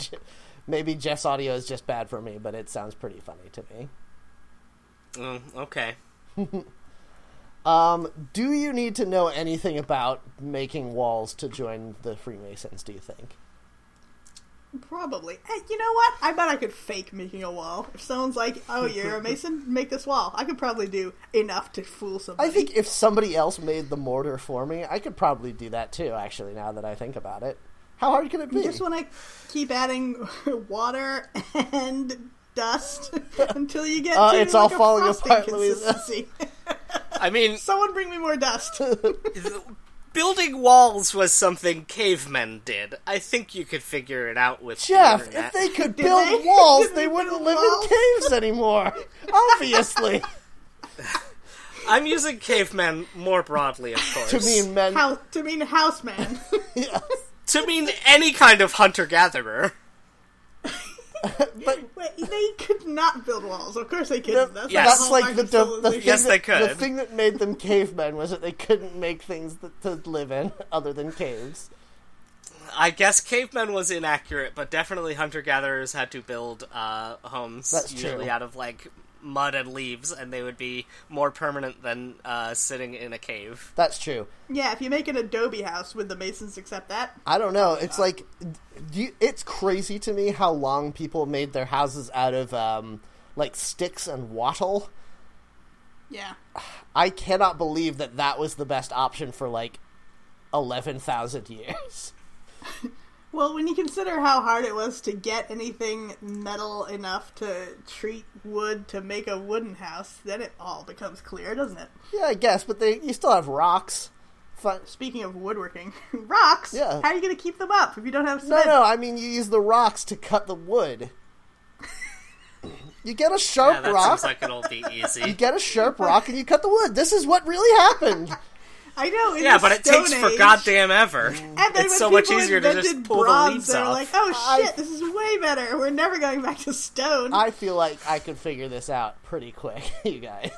Speaker 1: maybe Jeff's audio is just bad for me, but it sounds pretty funny to me.
Speaker 2: Mm,
Speaker 1: *laughs*
Speaker 2: okay.
Speaker 1: Um, do you need to know anything about making walls to join the Freemasons, do you think?
Speaker 3: Probably. Eh, you know what? I bet I could fake making a wall. If someone's like, "Oh, you're
Speaker 1: *laughs*
Speaker 3: a mason, make this wall," I could probably do enough to fool somebody.
Speaker 1: I think if somebody else made the mortar for me, I could probably do that too, actually, now that I think about it. How hard could it be?
Speaker 3: just want to keep adding *laughs* water and
Speaker 1: *laughs*
Speaker 3: dust until you get
Speaker 1: Uh,
Speaker 3: to
Speaker 1: it's
Speaker 3: like,
Speaker 1: all
Speaker 3: a
Speaker 1: falling
Speaker 3: frosting
Speaker 1: apart, Louisa.
Speaker 3: consistency. *laughs*
Speaker 2: I mean,
Speaker 3: Someone bring me
Speaker 1: *laughs*
Speaker 3: more dust.
Speaker 2: building walls was something cavemen did. I think you could figure it out with the
Speaker 1: Jeff, if
Speaker 2: internet.
Speaker 1: they could
Speaker 3: Did
Speaker 1: build
Speaker 3: they? *laughs*
Speaker 1: walls,
Speaker 3: Did
Speaker 1: they
Speaker 3: they
Speaker 1: wouldn't
Speaker 3: build
Speaker 1: live
Speaker 3: walls?
Speaker 1: in caves
Speaker 3: *laughs*
Speaker 1: anymore. Obviously.
Speaker 2: I'm using cavemen more broadly, of
Speaker 1: *laughs*
Speaker 2: course.
Speaker 1: to mean men.
Speaker 3: House, to mean house man. *laughs*
Speaker 1: Yeah.
Speaker 2: to mean any kind of hunter gatherer.
Speaker 3: Wait, they could not build walls. Of course they could.
Speaker 1: The-
Speaker 3: that's
Speaker 2: yes.
Speaker 3: the
Speaker 1: That's like
Speaker 3: hallmark
Speaker 1: the,
Speaker 3: of still
Speaker 1: the, the thing
Speaker 3: illusion.
Speaker 2: Yes, they
Speaker 1: that, The
Speaker 2: could.
Speaker 1: thing that made them cavemen was that they couldn't make things that, to live in other than caves.
Speaker 2: I guess cavemen was inaccurate, but definitely hunter gatherers had to build uh, homes
Speaker 1: That's
Speaker 2: usually
Speaker 1: true.
Speaker 2: out of like mud and leaves, and they would be more permanent than uh, sitting in a cave.
Speaker 1: That's true.
Speaker 3: Yeah, if you make an adobe house, would the masons accept that?
Speaker 1: I don't know. It's like you, it's crazy to me how long people made their houses out of um, like sticks and wattle.
Speaker 3: Yeah.
Speaker 1: I cannot believe that that was the best option for like eleven thousand years. *laughs*
Speaker 3: Well, when you consider how hard it was to get anything metal enough to treat wood to make a wooden house, then it all becomes clear, doesn't it?
Speaker 1: Yeah, I guess, but they you still have rocks. Fun.
Speaker 3: Speaking of woodworking, *laughs* rocks.
Speaker 1: Yeah.
Speaker 3: How are you going to keep them up if you don't have
Speaker 1: No,
Speaker 3: cement?
Speaker 1: no, I mean you use the rocks to cut the wood. You get a
Speaker 2: Yeah,
Speaker 1: sharp
Speaker 2: that
Speaker 1: rock.
Speaker 2: seems like it'll be
Speaker 1: Oh, *laughs* you
Speaker 2: easy.
Speaker 1: get a sharp rock and you cut the wood. This is what really happened.
Speaker 3: I know. in
Speaker 2: yeah,
Speaker 3: the
Speaker 2: but it
Speaker 3: Stone
Speaker 2: takes for
Speaker 3: Age-
Speaker 2: goddamn ever.
Speaker 1: Mm.
Speaker 3: And then
Speaker 2: It's
Speaker 3: when
Speaker 2: so much
Speaker 3: people
Speaker 2: easier to just
Speaker 3: invented
Speaker 2: pull the
Speaker 3: bronze,
Speaker 2: leaves
Speaker 3: they were
Speaker 2: off.
Speaker 3: like, "Oh
Speaker 1: I-
Speaker 3: shit, this is way better. We're never going back to stone."
Speaker 1: I feel like I could figure this out pretty quick, *laughs* you guys.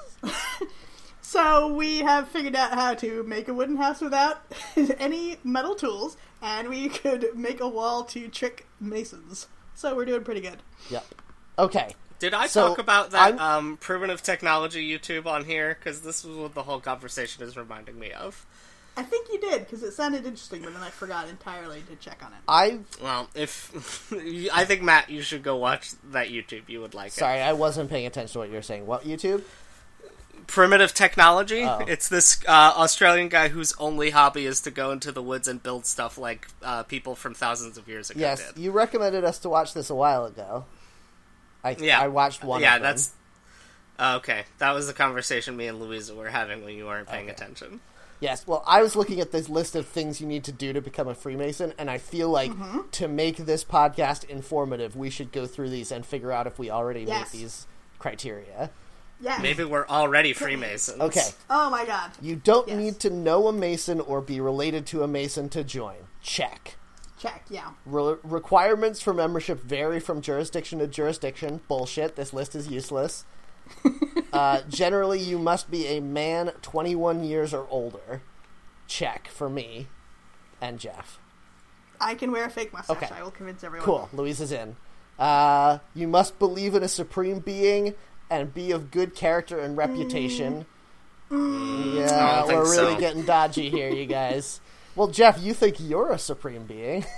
Speaker 3: So we have figured out how to make a wooden house without *laughs* any metal tools, and we could make a wall to trick masons. So we're doing pretty good.
Speaker 1: Yep. Okay.
Speaker 2: Did I
Speaker 1: So,
Speaker 2: talk about
Speaker 1: I'm-
Speaker 2: that um, primitive technology YouTube on here? Because this is what the whole conversation is reminding me of.
Speaker 3: I think you did because it sounded interesting, but then I forgot entirely to check on it.
Speaker 1: I
Speaker 2: Well, if *laughs* I think Matt, you should go watch that YouTube. You would like it.
Speaker 1: sorry, I wasn't paying attention to what you were saying. What YouTube?
Speaker 2: primitive technology.
Speaker 1: Oh.
Speaker 2: It's this uh, Australian guy whose only hobby is to go into the woods and build stuff like uh, people from thousands of years ago
Speaker 1: Yes,
Speaker 2: did.
Speaker 1: you recommended us to watch this a while ago. I
Speaker 2: Yeah.
Speaker 1: I watched one.
Speaker 2: yeah,
Speaker 1: of them.
Speaker 2: that's uh, okay. That was the conversation me and Louisa were having when you weren't paying attention.
Speaker 1: Yes, well, I was looking at this list of things you need to do to become a Freemason, and I feel like
Speaker 2: Mm-hmm.
Speaker 1: to make this podcast informative, we should go through these and figure out if we already
Speaker 3: Yes.
Speaker 1: meet these criteria.
Speaker 3: Yeah.
Speaker 2: Maybe we're already Freemasons.
Speaker 1: Okay,
Speaker 3: Oh my god.
Speaker 1: you don't
Speaker 3: Yes.
Speaker 1: need to know a Mason or be related to a Mason to join. Check.
Speaker 3: Check. Yeah.
Speaker 1: Re- requirements for membership vary from jurisdiction to jurisdiction. Bullshit. This list is useless. uh, generally, you must be a man 21 years or older. Check for me and Jeff.
Speaker 3: I can wear a fake mustache.
Speaker 1: Okay.
Speaker 3: I will convince everyone.
Speaker 1: Cool. Louise is in. Uh, you must believe in a supreme being and be of good character and reputation.
Speaker 2: I
Speaker 1: Yeah,
Speaker 2: don't think
Speaker 1: we're really
Speaker 2: so.
Speaker 1: getting dodgy here, you guys. well, Jeff, you think you're a supreme being? *laughs*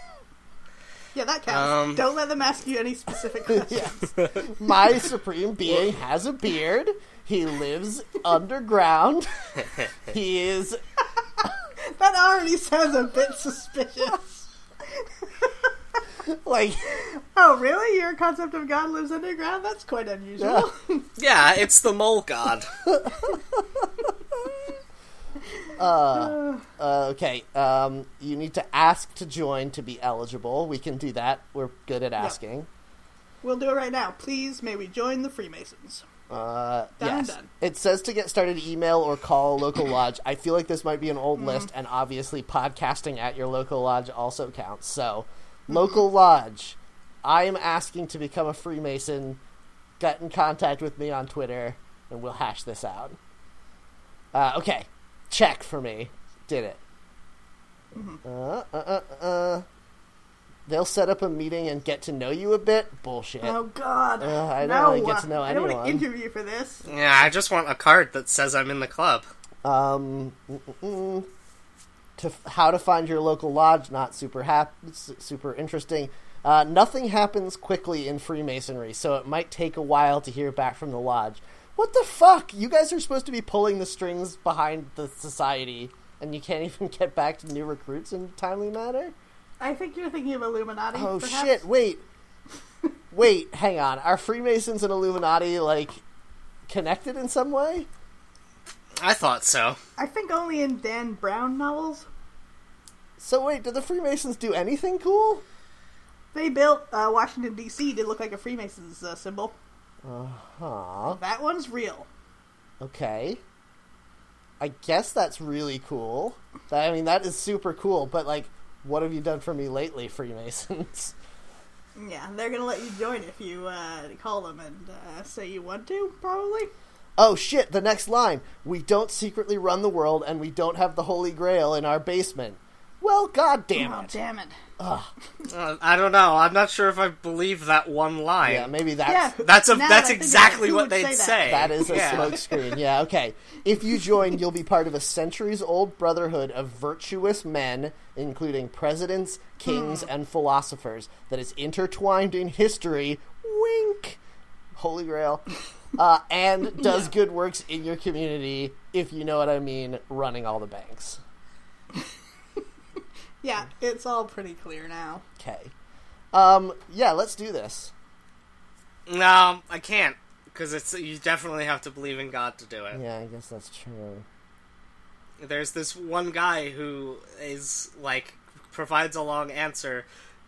Speaker 3: Yeah, that counts.
Speaker 2: Um,
Speaker 3: Don't let them ask you any specific *laughs* questions.
Speaker 1: yes. My supreme being has a beard. He lives underground. *laughs* he is
Speaker 3: That already sounds a bit
Speaker 1: *laughs*
Speaker 3: suspicious.
Speaker 1: like *laughs*
Speaker 3: Oh, really? Your concept of God lives underground? That's quite unusual.
Speaker 2: Yeah, it's the mole god.
Speaker 1: *laughs* Uh, okay. Um, you need to ask to join to be eligible. We can do that. We're good at asking.
Speaker 3: We'll do it right now. Please, may we join the Freemasons.
Speaker 1: Uh,
Speaker 3: Done,
Speaker 1: yes.
Speaker 3: done.
Speaker 1: It says to get started, email or call a local lodge. I feel like this might be an old
Speaker 3: Mm-hmm.
Speaker 1: list, and obviously podcasting at your local lodge also counts. So,
Speaker 3: Mm-hmm.
Speaker 1: local lodge, I am asking to become a Freemason. Get in contact with me on Twitter, and we'll hash this out. Uh, okay,
Speaker 3: Mm-hmm.
Speaker 1: check for me. Did it. Uh, uh, uh, uh. They'll set up a meeting and get to know you a bit. Bullshit.
Speaker 3: Oh God!
Speaker 1: Ugh, Uh, I don't
Speaker 3: no,
Speaker 1: wanna get to know
Speaker 3: I don't
Speaker 1: anyone.
Speaker 3: want to interview for this.
Speaker 2: Yeah, I just want a card that says I'm in the club.
Speaker 1: Um, mm, mm, mm. to f- how to find your local lodge, not super hap- s- super interesting. Uh, nothing happens quickly in Freemasonry, so it might take a while to hear back from the lodge. What the fuck? You guys are supposed to be pulling the strings behind the society, and you can't *laughs* even get back to new recruits in a timely manner.
Speaker 3: I think you're thinking of Illuminati.
Speaker 1: Oh
Speaker 3: perhaps?
Speaker 1: shit! Wait, wait, hang on. Are Freemasons and Illuminati like connected in some way?
Speaker 2: I thought so.
Speaker 3: I think only in Dan Brown novels.
Speaker 1: So wait, did the Freemasons do anything cool?
Speaker 3: They built uh, Washington D.C. to look like a Freemason's uh, symbol.
Speaker 1: Aw,
Speaker 3: That one's real.
Speaker 1: okay. I guess that's really cool. That- I mean, that is super cool, but like, what have you done for me lately, Freemasons? *laughs*
Speaker 3: Yeah, they're gonna let you join if you uh, call them and uh, say you want to. Probably.
Speaker 1: Oh shit, the next line. We don't secretly run the world and we don't have the Holy Grail in our basement. Well, goddamn
Speaker 3: oh
Speaker 1: it.
Speaker 3: damn it!
Speaker 2: Uh, I don't know. I'm not sure if I believe that one line.
Speaker 1: Yeah, maybe that's.
Speaker 3: Yeah.
Speaker 2: That's a,
Speaker 3: Now
Speaker 2: that's
Speaker 3: that I think about it,
Speaker 2: exactly
Speaker 3: who
Speaker 2: what
Speaker 3: would
Speaker 2: they'd
Speaker 3: say
Speaker 2: say.
Speaker 3: that?
Speaker 1: That is a
Speaker 2: Yeah.
Speaker 1: smokescreen. Yeah, okay. If you join, you'll be part of a centuries old brotherhood of virtuous men, including presidents, kings,
Speaker 3: Hmm.
Speaker 1: and philosophers, that is intertwined in history. Wink! Holy
Speaker 3: *laughs*
Speaker 1: Grail. Uh, and does good works in your community, if you know what I mean, running all the banks.
Speaker 3: Yeah, it's all pretty clear now.
Speaker 1: Okay. Um, yeah, let's do this.
Speaker 2: No, I can't because it's you definitely have to believe in God to do it.
Speaker 1: Yeah, I guess that's true.
Speaker 2: There's this one guy who is like provides a long answer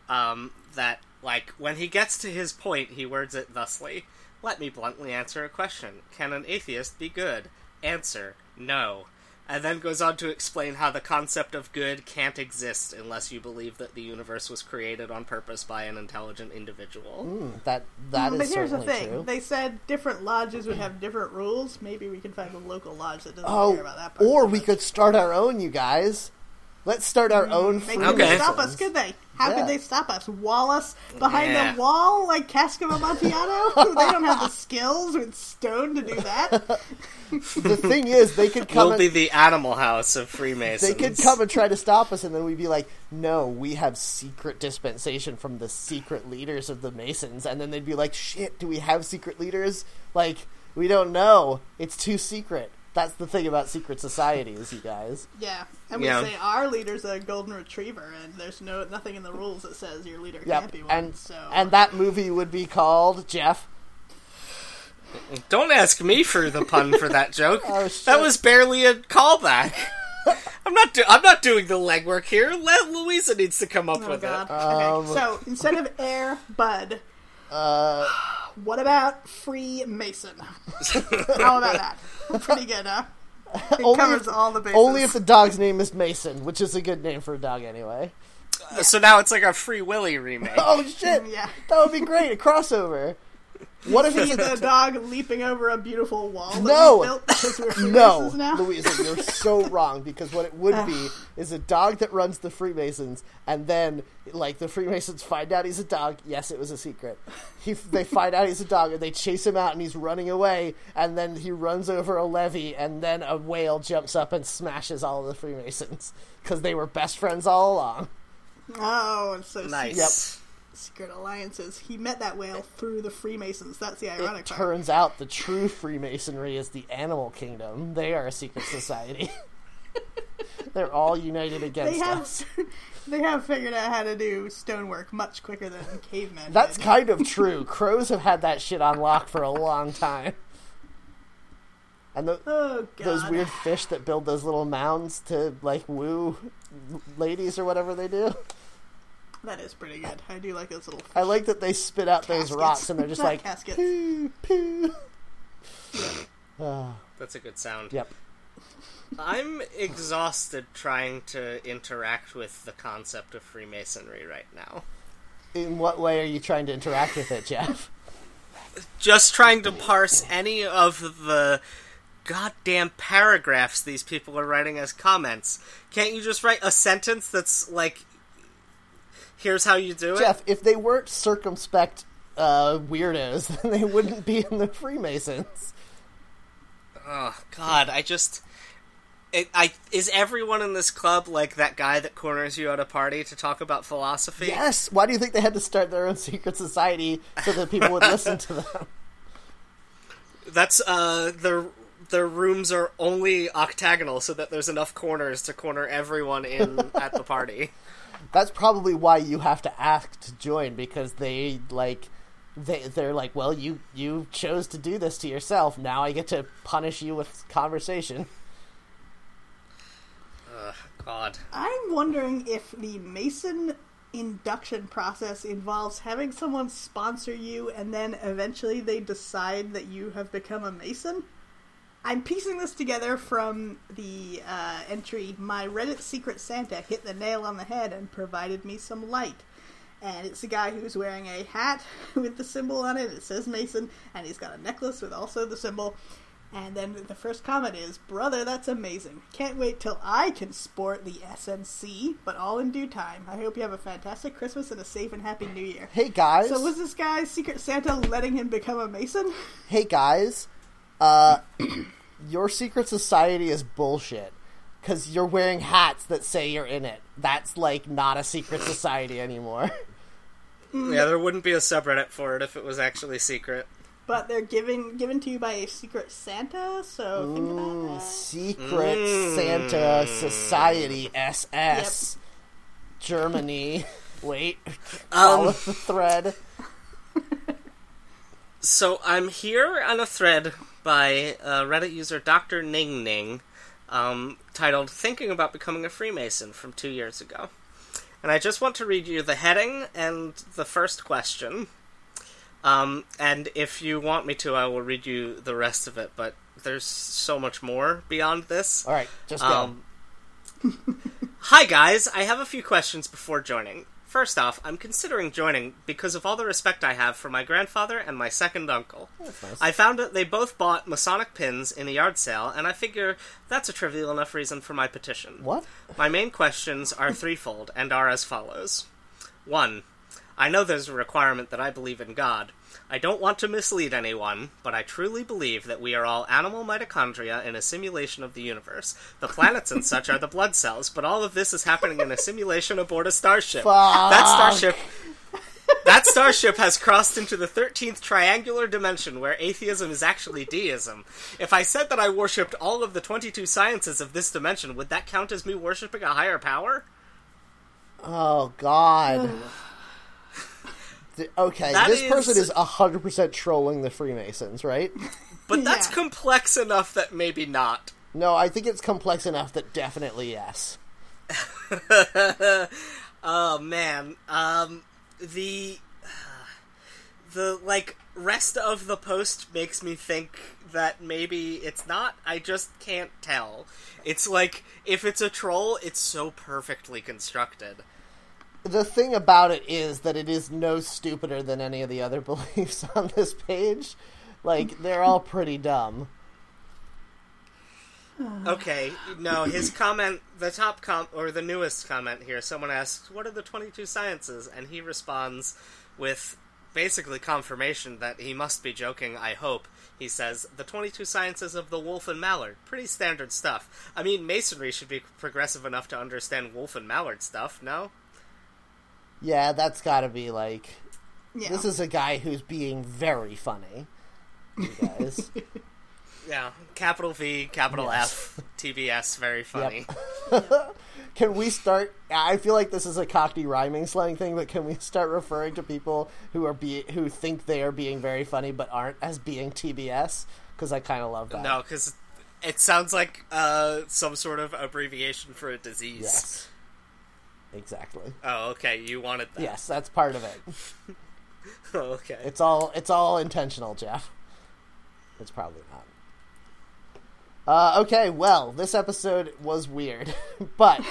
Speaker 2: um, that like when he gets to his point, he words it thusly: "Let me bluntly answer a question: Can an atheist be good?" Answer: No. And then goes on to explain how the concept of good can't exist unless you believe that the universe was created on purpose by an intelligent individual.
Speaker 1: That that is
Speaker 3: but here's the
Speaker 1: certainly
Speaker 3: thing:
Speaker 1: true.
Speaker 3: they said different lodges would have different rules. Maybe we can find a local lodge that doesn't
Speaker 1: Oh,
Speaker 3: care about that. Part
Speaker 1: or we could start our own, you guys. Let's start our own.
Speaker 3: Mm, They
Speaker 1: Freemasons.
Speaker 3: couldn't
Speaker 2: Okay.
Speaker 3: stop us, could they? How
Speaker 1: Yeah.
Speaker 3: could they stop us? Wall us behind
Speaker 2: Yeah.
Speaker 3: the wall like Casca Amontillado?
Speaker 1: *laughs*
Speaker 3: they don't have the skills with stone to do that.
Speaker 1: *laughs* The thing is, they could come.
Speaker 2: We'll be
Speaker 1: and,
Speaker 2: the animal house of Freemasons.
Speaker 1: they could come and try to stop us, and then we'd be like, "No, we have secret dispensation from the secret leaders of the Masons." And then they'd be like, "Shit, do we have secret leaders? Like, we don't know. It's too secret." That's the thing about secret societies, you guys.
Speaker 3: Yeah, and we
Speaker 2: Yeah.
Speaker 3: say our leader's a golden retriever, and there's no nothing in the rules that says your leader can't
Speaker 1: Yep,
Speaker 3: be one.
Speaker 1: and
Speaker 3: so
Speaker 1: and that movie would be called Jeff.
Speaker 2: Don't ask me for the pun
Speaker 1: *laughs*
Speaker 2: for that joke.
Speaker 1: Oh, shit.
Speaker 2: That was barely
Speaker 1: *laughs*
Speaker 2: a callback. I'm not. Do- I'm not doing the legwork here. Let Louisa needs to come up
Speaker 3: oh
Speaker 2: with
Speaker 3: god.
Speaker 2: it.
Speaker 1: Um,
Speaker 3: okay, so instead of air, bud.
Speaker 1: Uh,
Speaker 3: What about Freemason? *laughs* How about that? Pretty good, huh? It
Speaker 1: Only
Speaker 3: covers
Speaker 1: if-
Speaker 3: all the bases.
Speaker 1: only
Speaker 3: *laughs*
Speaker 1: if the dog's name is Mason, which is a good name for a dog anyway.
Speaker 2: Uh, So now it's like a Free Willy remake.
Speaker 1: Oh shit!
Speaker 3: *laughs* yeah.
Speaker 1: That would be great, a crossover. What if
Speaker 3: *laughs*
Speaker 1: he's *laughs*
Speaker 3: the dog leaping over a beautiful wall. That
Speaker 1: No.
Speaker 3: we built *laughs* because we're
Speaker 1: No,
Speaker 3: Freemasons now.
Speaker 1: Louisa, you're
Speaker 3: *laughs*
Speaker 1: so wrong because what it would be is a dog that runs the Freemasons, and then like the Freemasons find out he's a dog. Yes, it was a secret. He, they find out he's a dog, and they chase him out, and he's running away, and then he runs over a levee, and then a whale jumps up and smashes all of the Freemasons because they were best friends all along.
Speaker 3: Oh, it's so nice.
Speaker 2: *laughs* Nice.
Speaker 3: secret alliances. He met that whale through the Freemasons. That's the ironic
Speaker 1: It
Speaker 3: part.
Speaker 1: turns out the true Freemasonry is the animal kingdom. They are a secret society. *laughs* They're all united against
Speaker 3: They have
Speaker 1: us.
Speaker 3: *laughs* they have figured out how to do stonework much quicker than cavemen.
Speaker 1: That's
Speaker 3: did.
Speaker 1: kind of true. Crows have had that shit on lock for a long time. And tho-
Speaker 3: oh god.
Speaker 1: those weird fish that build those little mounds to like woo ladies or whatever they do.
Speaker 3: That is pretty good. I do like those little.
Speaker 1: I like that they spit out those
Speaker 3: Caskets.
Speaker 1: rocks and they're just
Speaker 3: Not
Speaker 1: like
Speaker 3: caskets.
Speaker 1: poo poo. Ah,
Speaker 2: That's a good sound.
Speaker 1: yep.
Speaker 2: I'm exhausted trying to interact with the concept of Freemasonry right now.
Speaker 1: In what way are you trying to interact with it, Jeff?
Speaker 2: just trying to parse any of the goddamn paragraphs these people are writing as comments. Can't you just write a sentence that's like Here's how you do it.
Speaker 1: Jeff, if they weren't circumspect uh, weirdos, *laughs* then they wouldn't be in the Freemasons.
Speaker 2: Oh God, I just. It, I is everyone in this club like that guy that corners you at a party to talk about philosophy?
Speaker 1: Yes. Why do you think they had to start their own secret society so that people would listen to
Speaker 3: *laughs*
Speaker 1: them?
Speaker 2: That's uh the the rooms are only octagonal so that there's enough corners to corner
Speaker 1: *laughs*
Speaker 2: everyone in at the party.
Speaker 1: That's probably why you have to ask to join because they like they they're like, well, you you chose to do this to yourself. Now I get to punish you with conversation.
Speaker 2: Ugh, God.
Speaker 3: I'm wondering if the Mason induction process involves having someone sponsor you and then eventually they decide that you have become a Mason. I'm piecing this together from the uh, entry My Reddit Secret Santa hit the nail on the head and provided me some light. And it's a guy who's wearing a hat *laughs* with the symbol on it. It says Mason, and he's got a necklace with also the symbol. And then the first comment is, Brother, that's amazing. Can't wait till I can sport the SNC, but all in due time. I hope you have a fantastic Christmas and a safe and happy new year.
Speaker 1: Hey guys.
Speaker 3: So, was this guy, Secret Santa, letting him become a Mason? *laughs*
Speaker 1: hey guys, uh, *clears throat* your secret society is bullshit because you're wearing hats that say you're in it. That's like not a secret society anymore. *laughs*
Speaker 2: Yeah, there wouldn't be a subreddit for it if it was actually secret.
Speaker 3: But they're given given to you by a Secret Santa, so think about
Speaker 2: Mm.
Speaker 3: that.
Speaker 1: secret Santa Society SS
Speaker 2: *laughs*
Speaker 1: Germany. Wait,
Speaker 2: Um.
Speaker 1: follow the thread.
Speaker 2: So I'm here on a thread by uh, Reddit user Dr. Ning Ning, um, titled "Thinking About Becoming a Freemason" from two years ago, and I just want to read you the heading and the first question. Um, and if you want me to, I will read you the rest of it. But there's so much more beyond this.
Speaker 1: All right, just go.
Speaker 2: Um, Hi, guys. I have a few questions before joining. First off, I'm considering joining because of all the respect I have for my grandfather and my second uncle. I found that they both bought Masonic pins in a yard sale, and I figure that's a trivial enough reason for my petition.
Speaker 1: what?
Speaker 2: My main questions are threefold and are as follows. 1. I know there's a requirement that I believe in God. I don't want to mislead anyone, but I truly believe that we are all animal mitochondria in a simulation of the universe. The planets and such are the blood cells, but all of this is happening in a simulation aboard a starship.
Speaker 1: Ah,
Speaker 2: *laughs* That starship that starship has crossed into the 13th triangular dimension where atheism is actually deism. If I said that I worshipped all of the 22 sciences of this dimension, would that count as me worshipping a higher power?
Speaker 1: Oh
Speaker 2: *sighs*
Speaker 1: God. Th- okay,
Speaker 2: That
Speaker 1: this person
Speaker 2: is-
Speaker 1: is hundred percent trolling the Freemasons, right?
Speaker 2: But that's
Speaker 3: Yeah.
Speaker 2: complex enough that maybe not.
Speaker 1: No, I think it's complex enough that definitely yes.
Speaker 2: Oh man, um, the *sighs* the like rest of the post makes me think that maybe it's not. I just can't tell. It's like if it's a troll, it's so perfectly constructed.
Speaker 1: the thing about it is that it is no stupider than any of the other *laughs* beliefs on this page. Like they're all pretty dumb.
Speaker 2: Okay, no, his comment, the top com or the newest comment here, someone asks, "What are the 22 sciences?" and he responds with basically confirmation that he must be joking, I hope. He says, "The 22 sciences of the wolf and mallard, pretty standard stuff. I mean, masonry should be progressive enough to understand wolf and mallard stuff, no?"
Speaker 1: Yeah, that's got to be like
Speaker 3: Yeah.
Speaker 1: this is a guy who's being very funny. You guys,
Speaker 2: Yeah, capital V, capital
Speaker 1: Yes.
Speaker 2: F, TBS, very funny.
Speaker 1: can we start? I feel like this is a cockney rhyming slang thing, but can we start referring to people who are be who think they are being very funny but aren't as being TBS? Because I kind of love that.
Speaker 2: No, cuz it sounds like uh, some sort of abbreviation for a disease.
Speaker 1: Yes. Exactly.
Speaker 2: Oh, okay. You wanted that.
Speaker 1: Yes, that's part of it.
Speaker 2: *laughs* Oh, okay.
Speaker 1: It's all it's all intentional, Jeff. It's probably not. Uh, okay, well, this episode was weird, *laughs* but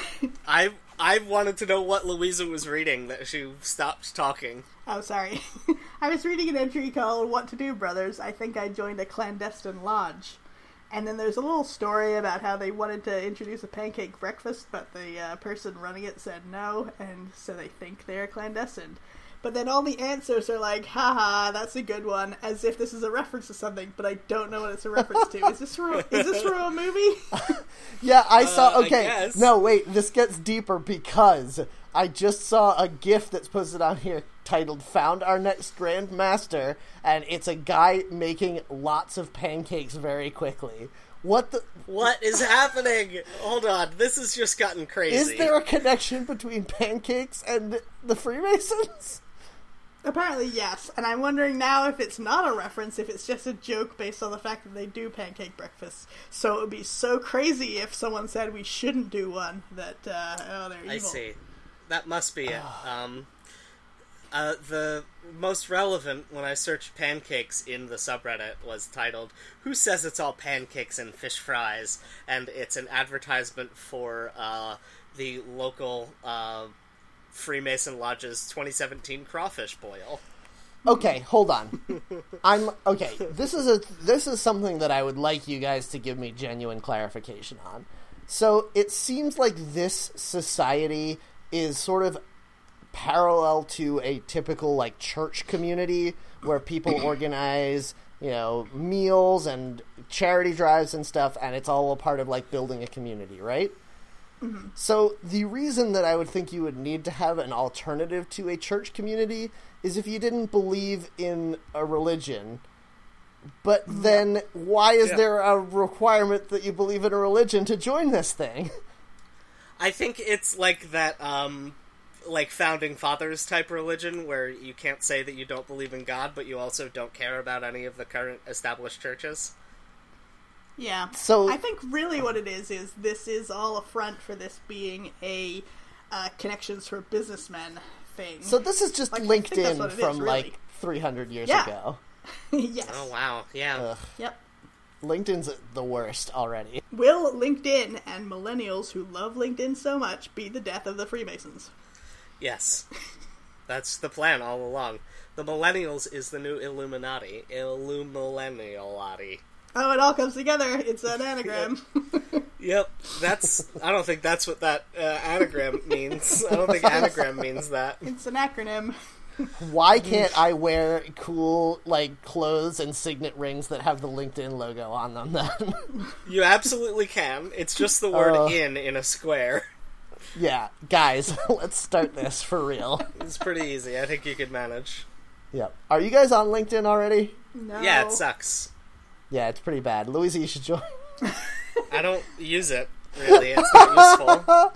Speaker 2: I I wanted to know what Louisa was reading that she stopped talking.
Speaker 3: Oh, sorry. *laughs* I was reading an entry called What to Do, Brothers. I think I joined a clandestine lodge. And then there's a little story about how they wanted to introduce a pancake breakfast, but the uh, person running it said no, and so they think they're clandestine. But then all the answers are like, haha, that's a good one, as if this is a reference to something, but I don't know what it's a reference to. Is this from, is this
Speaker 1: *laughs*
Speaker 3: from a movie?
Speaker 1: Yeah, I saw.
Speaker 2: Uh, I
Speaker 1: Okay,
Speaker 2: guess.
Speaker 1: no, wait. This gets deeper because I just saw a GIF that's posted on here titled "Found Our Next Grandmaster," and it's a guy making lots of pancakes very quickly. What the?
Speaker 2: What is happening? Hold on, this has just gotten crazy.
Speaker 1: Is there a connection between pancakes and the Freemasons?
Speaker 3: Apparently, yes. And I'm wondering now if it's not a reference, if it's just a joke based on the fact that they do pancake breakfasts. So it would be so crazy if someone said we shouldn't do one that, uh, oh, they're evil.
Speaker 2: I see. That must be it. Um, uh, the most relevant when I searched pancakes in the subreddit was titled "Who says it's all pancakes and fish fries?" and it's an advertisement for uh, the local uh, Freemason Lodge's 2017 crawfish boil.
Speaker 1: Okay, hold on. I'm okay. This is a this is something that I would like you guys to give me genuine clarification on. So it seems like this society is sort of parallel to a typical like church community where people
Speaker 3: *clears throat*
Speaker 1: organize, you know, meals and charity drives and stuff and it's all a part of like building a community, right?
Speaker 3: Mm-hmm.
Speaker 1: So the reason that I would think you would need to have an alternative to a church community is if you didn't believe in a religion. But then why is
Speaker 2: Yeah.
Speaker 1: there a requirement that you believe in a religion to join this thing? *laughs*
Speaker 2: I think it's like that, um, like founding fathers type religion, where you can't say that you don't believe in God, but you also don't care about any of the current established churches.
Speaker 3: Yeah.
Speaker 1: So-
Speaker 3: I think really what it is is this is all a front for this being a uh, connections for businessmen thing.
Speaker 1: So this is just
Speaker 3: Like, I
Speaker 1: linked
Speaker 3: think that's
Speaker 1: in
Speaker 3: what it is,
Speaker 1: from
Speaker 3: really.
Speaker 1: like 300 years
Speaker 3: Yeah.
Speaker 1: ago.
Speaker 3: *laughs* yes.
Speaker 2: Oh wow, yeah.
Speaker 3: Yep.
Speaker 1: LinkedIn's the worst already.
Speaker 3: Will LinkedIn and millennials who love LinkedIn so much be the death of the Freemasons?
Speaker 2: Yes. That's the plan all along. The millennials is the new Illuminati. Illumillennialati.
Speaker 3: Oh, it all comes together.
Speaker 2: *laughs*
Speaker 3: It's an anagram. *laughs*
Speaker 2: Yep,
Speaker 1: *laughs*
Speaker 2: that's. I don't think that's what that uh, anagram means. I don't think anagram means that.
Speaker 3: it's an acronym.
Speaker 1: Why can't I wear cool like clothes and signet rings that have the LinkedIn logo on them then? *laughs*
Speaker 2: You absolutely can. It's just the word
Speaker 1: Uh.
Speaker 2: "in" in a square.
Speaker 1: yeah, guys, *laughs* let's start this for real.
Speaker 2: It's pretty easy. I think you could manage.
Speaker 1: Yep. Are you guys on LinkedIn already?
Speaker 3: No.
Speaker 2: Yeah, uh, it sucks.
Speaker 1: Yeah, it's pretty bad. Louisa, you should join.
Speaker 2: I don't use it really. It's
Speaker 1: *laughs*
Speaker 2: not useful.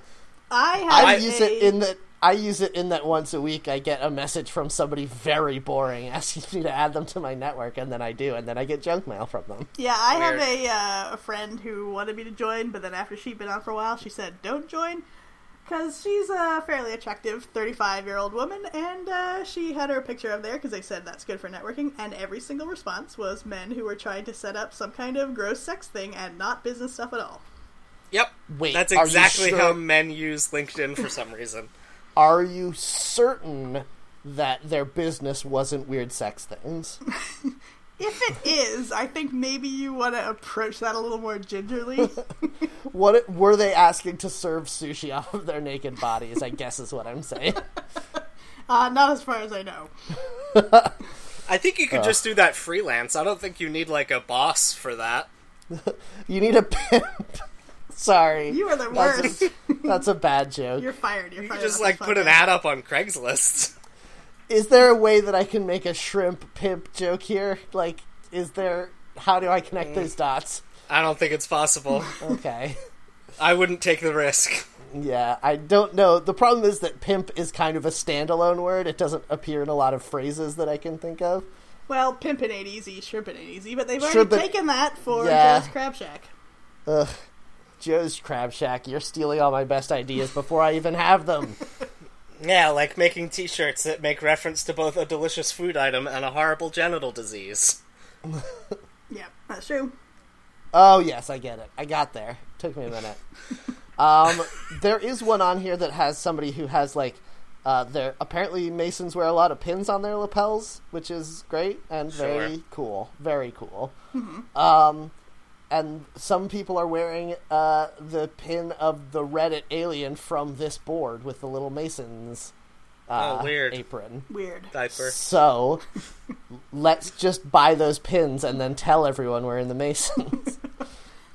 Speaker 3: I have
Speaker 1: I
Speaker 3: a-
Speaker 1: use it in that I use it in that once a week I get a message from somebody very boring *laughs* asking me to add them to my network, and then I do, and then I get junk mail from them.
Speaker 3: Yeah, I have
Speaker 2: Weird.
Speaker 3: a uh, a friend who wanted me to join, but then after she'd been on for a while, she said, "Don't join." Because she's a fairly attractive 35 year old woman, and uh, she had her picture up there because they said that's good for networking. And every single response was men who were trying to set up some kind of gross sex thing and not business stuff at all.
Speaker 2: Yep.
Speaker 1: Wait,
Speaker 2: that's
Speaker 1: are you
Speaker 2: exactly
Speaker 1: sure?
Speaker 2: how men use LinkedIn for some reason.
Speaker 1: Are you certain that their business wasn't weird sex things?
Speaker 3: If
Speaker 2: *laughs*
Speaker 3: it is, I think maybe you want to approach that a little more gingerly.
Speaker 1: What it- were they asking to serve sushi off of their naked bodies? I guess is what I'm
Speaker 3: *laughs*
Speaker 1: saying.
Speaker 3: uh, not as far as I know.
Speaker 2: I think you could just do that freelance. I don't think you need like a boss for that.
Speaker 1: You need a pimp. Sorry,
Speaker 3: You are the
Speaker 1: That's
Speaker 3: worst.
Speaker 1: a- that's a bad joke.
Speaker 3: You're fired. You're
Speaker 2: You
Speaker 3: fired.
Speaker 2: could just
Speaker 3: off
Speaker 2: like
Speaker 3: this
Speaker 2: put an
Speaker 3: podcast.
Speaker 2: ad up on Craigslist.
Speaker 1: is there a way that I can make a shrimp pimp joke here? Like, is there? How do I connect those dots?
Speaker 2: I don't think it's
Speaker 3: *laughs*
Speaker 2: possible.
Speaker 1: Okay.
Speaker 2: I wouldn't take the risk.
Speaker 1: *laughs* Yeah, I don't know. The problem is that pimp is kind of a standalone word. It doesn't appear in a lot of phrases that I can think of.
Speaker 3: Well, pimpin' ain't easy, shrimpin' ain't easy, but they've already
Speaker 1: Shrimpin'-
Speaker 3: taken that for
Speaker 1: Yeah.
Speaker 3: Joe's Crab Shack.
Speaker 1: Ugh. Joe's Crab Shack, you're stealing all my best ideas before I even have them.
Speaker 2: Yeah, like making T-shirts that make reference to both a delicious food item and a horrible genital disease.
Speaker 3: Yep, that's true.
Speaker 1: Oh, yes, I get it. I got there. Took me a minute. Um, there is one on here that has somebody who has, like, uh, their, apparently Masons wear a lot of pins on their lapels, which is great and
Speaker 2: Sure. Mm-hmm.
Speaker 1: very cool. Very cool. Um, and some people are wearing uh, the pin of the Reddit alien from this board with the little Mason's uh,
Speaker 2: Oh, weird.
Speaker 1: apron.
Speaker 3: Weird.
Speaker 2: Diaper.
Speaker 1: So *laughs* let's just buy those pins and then tell everyone we're in the Masons.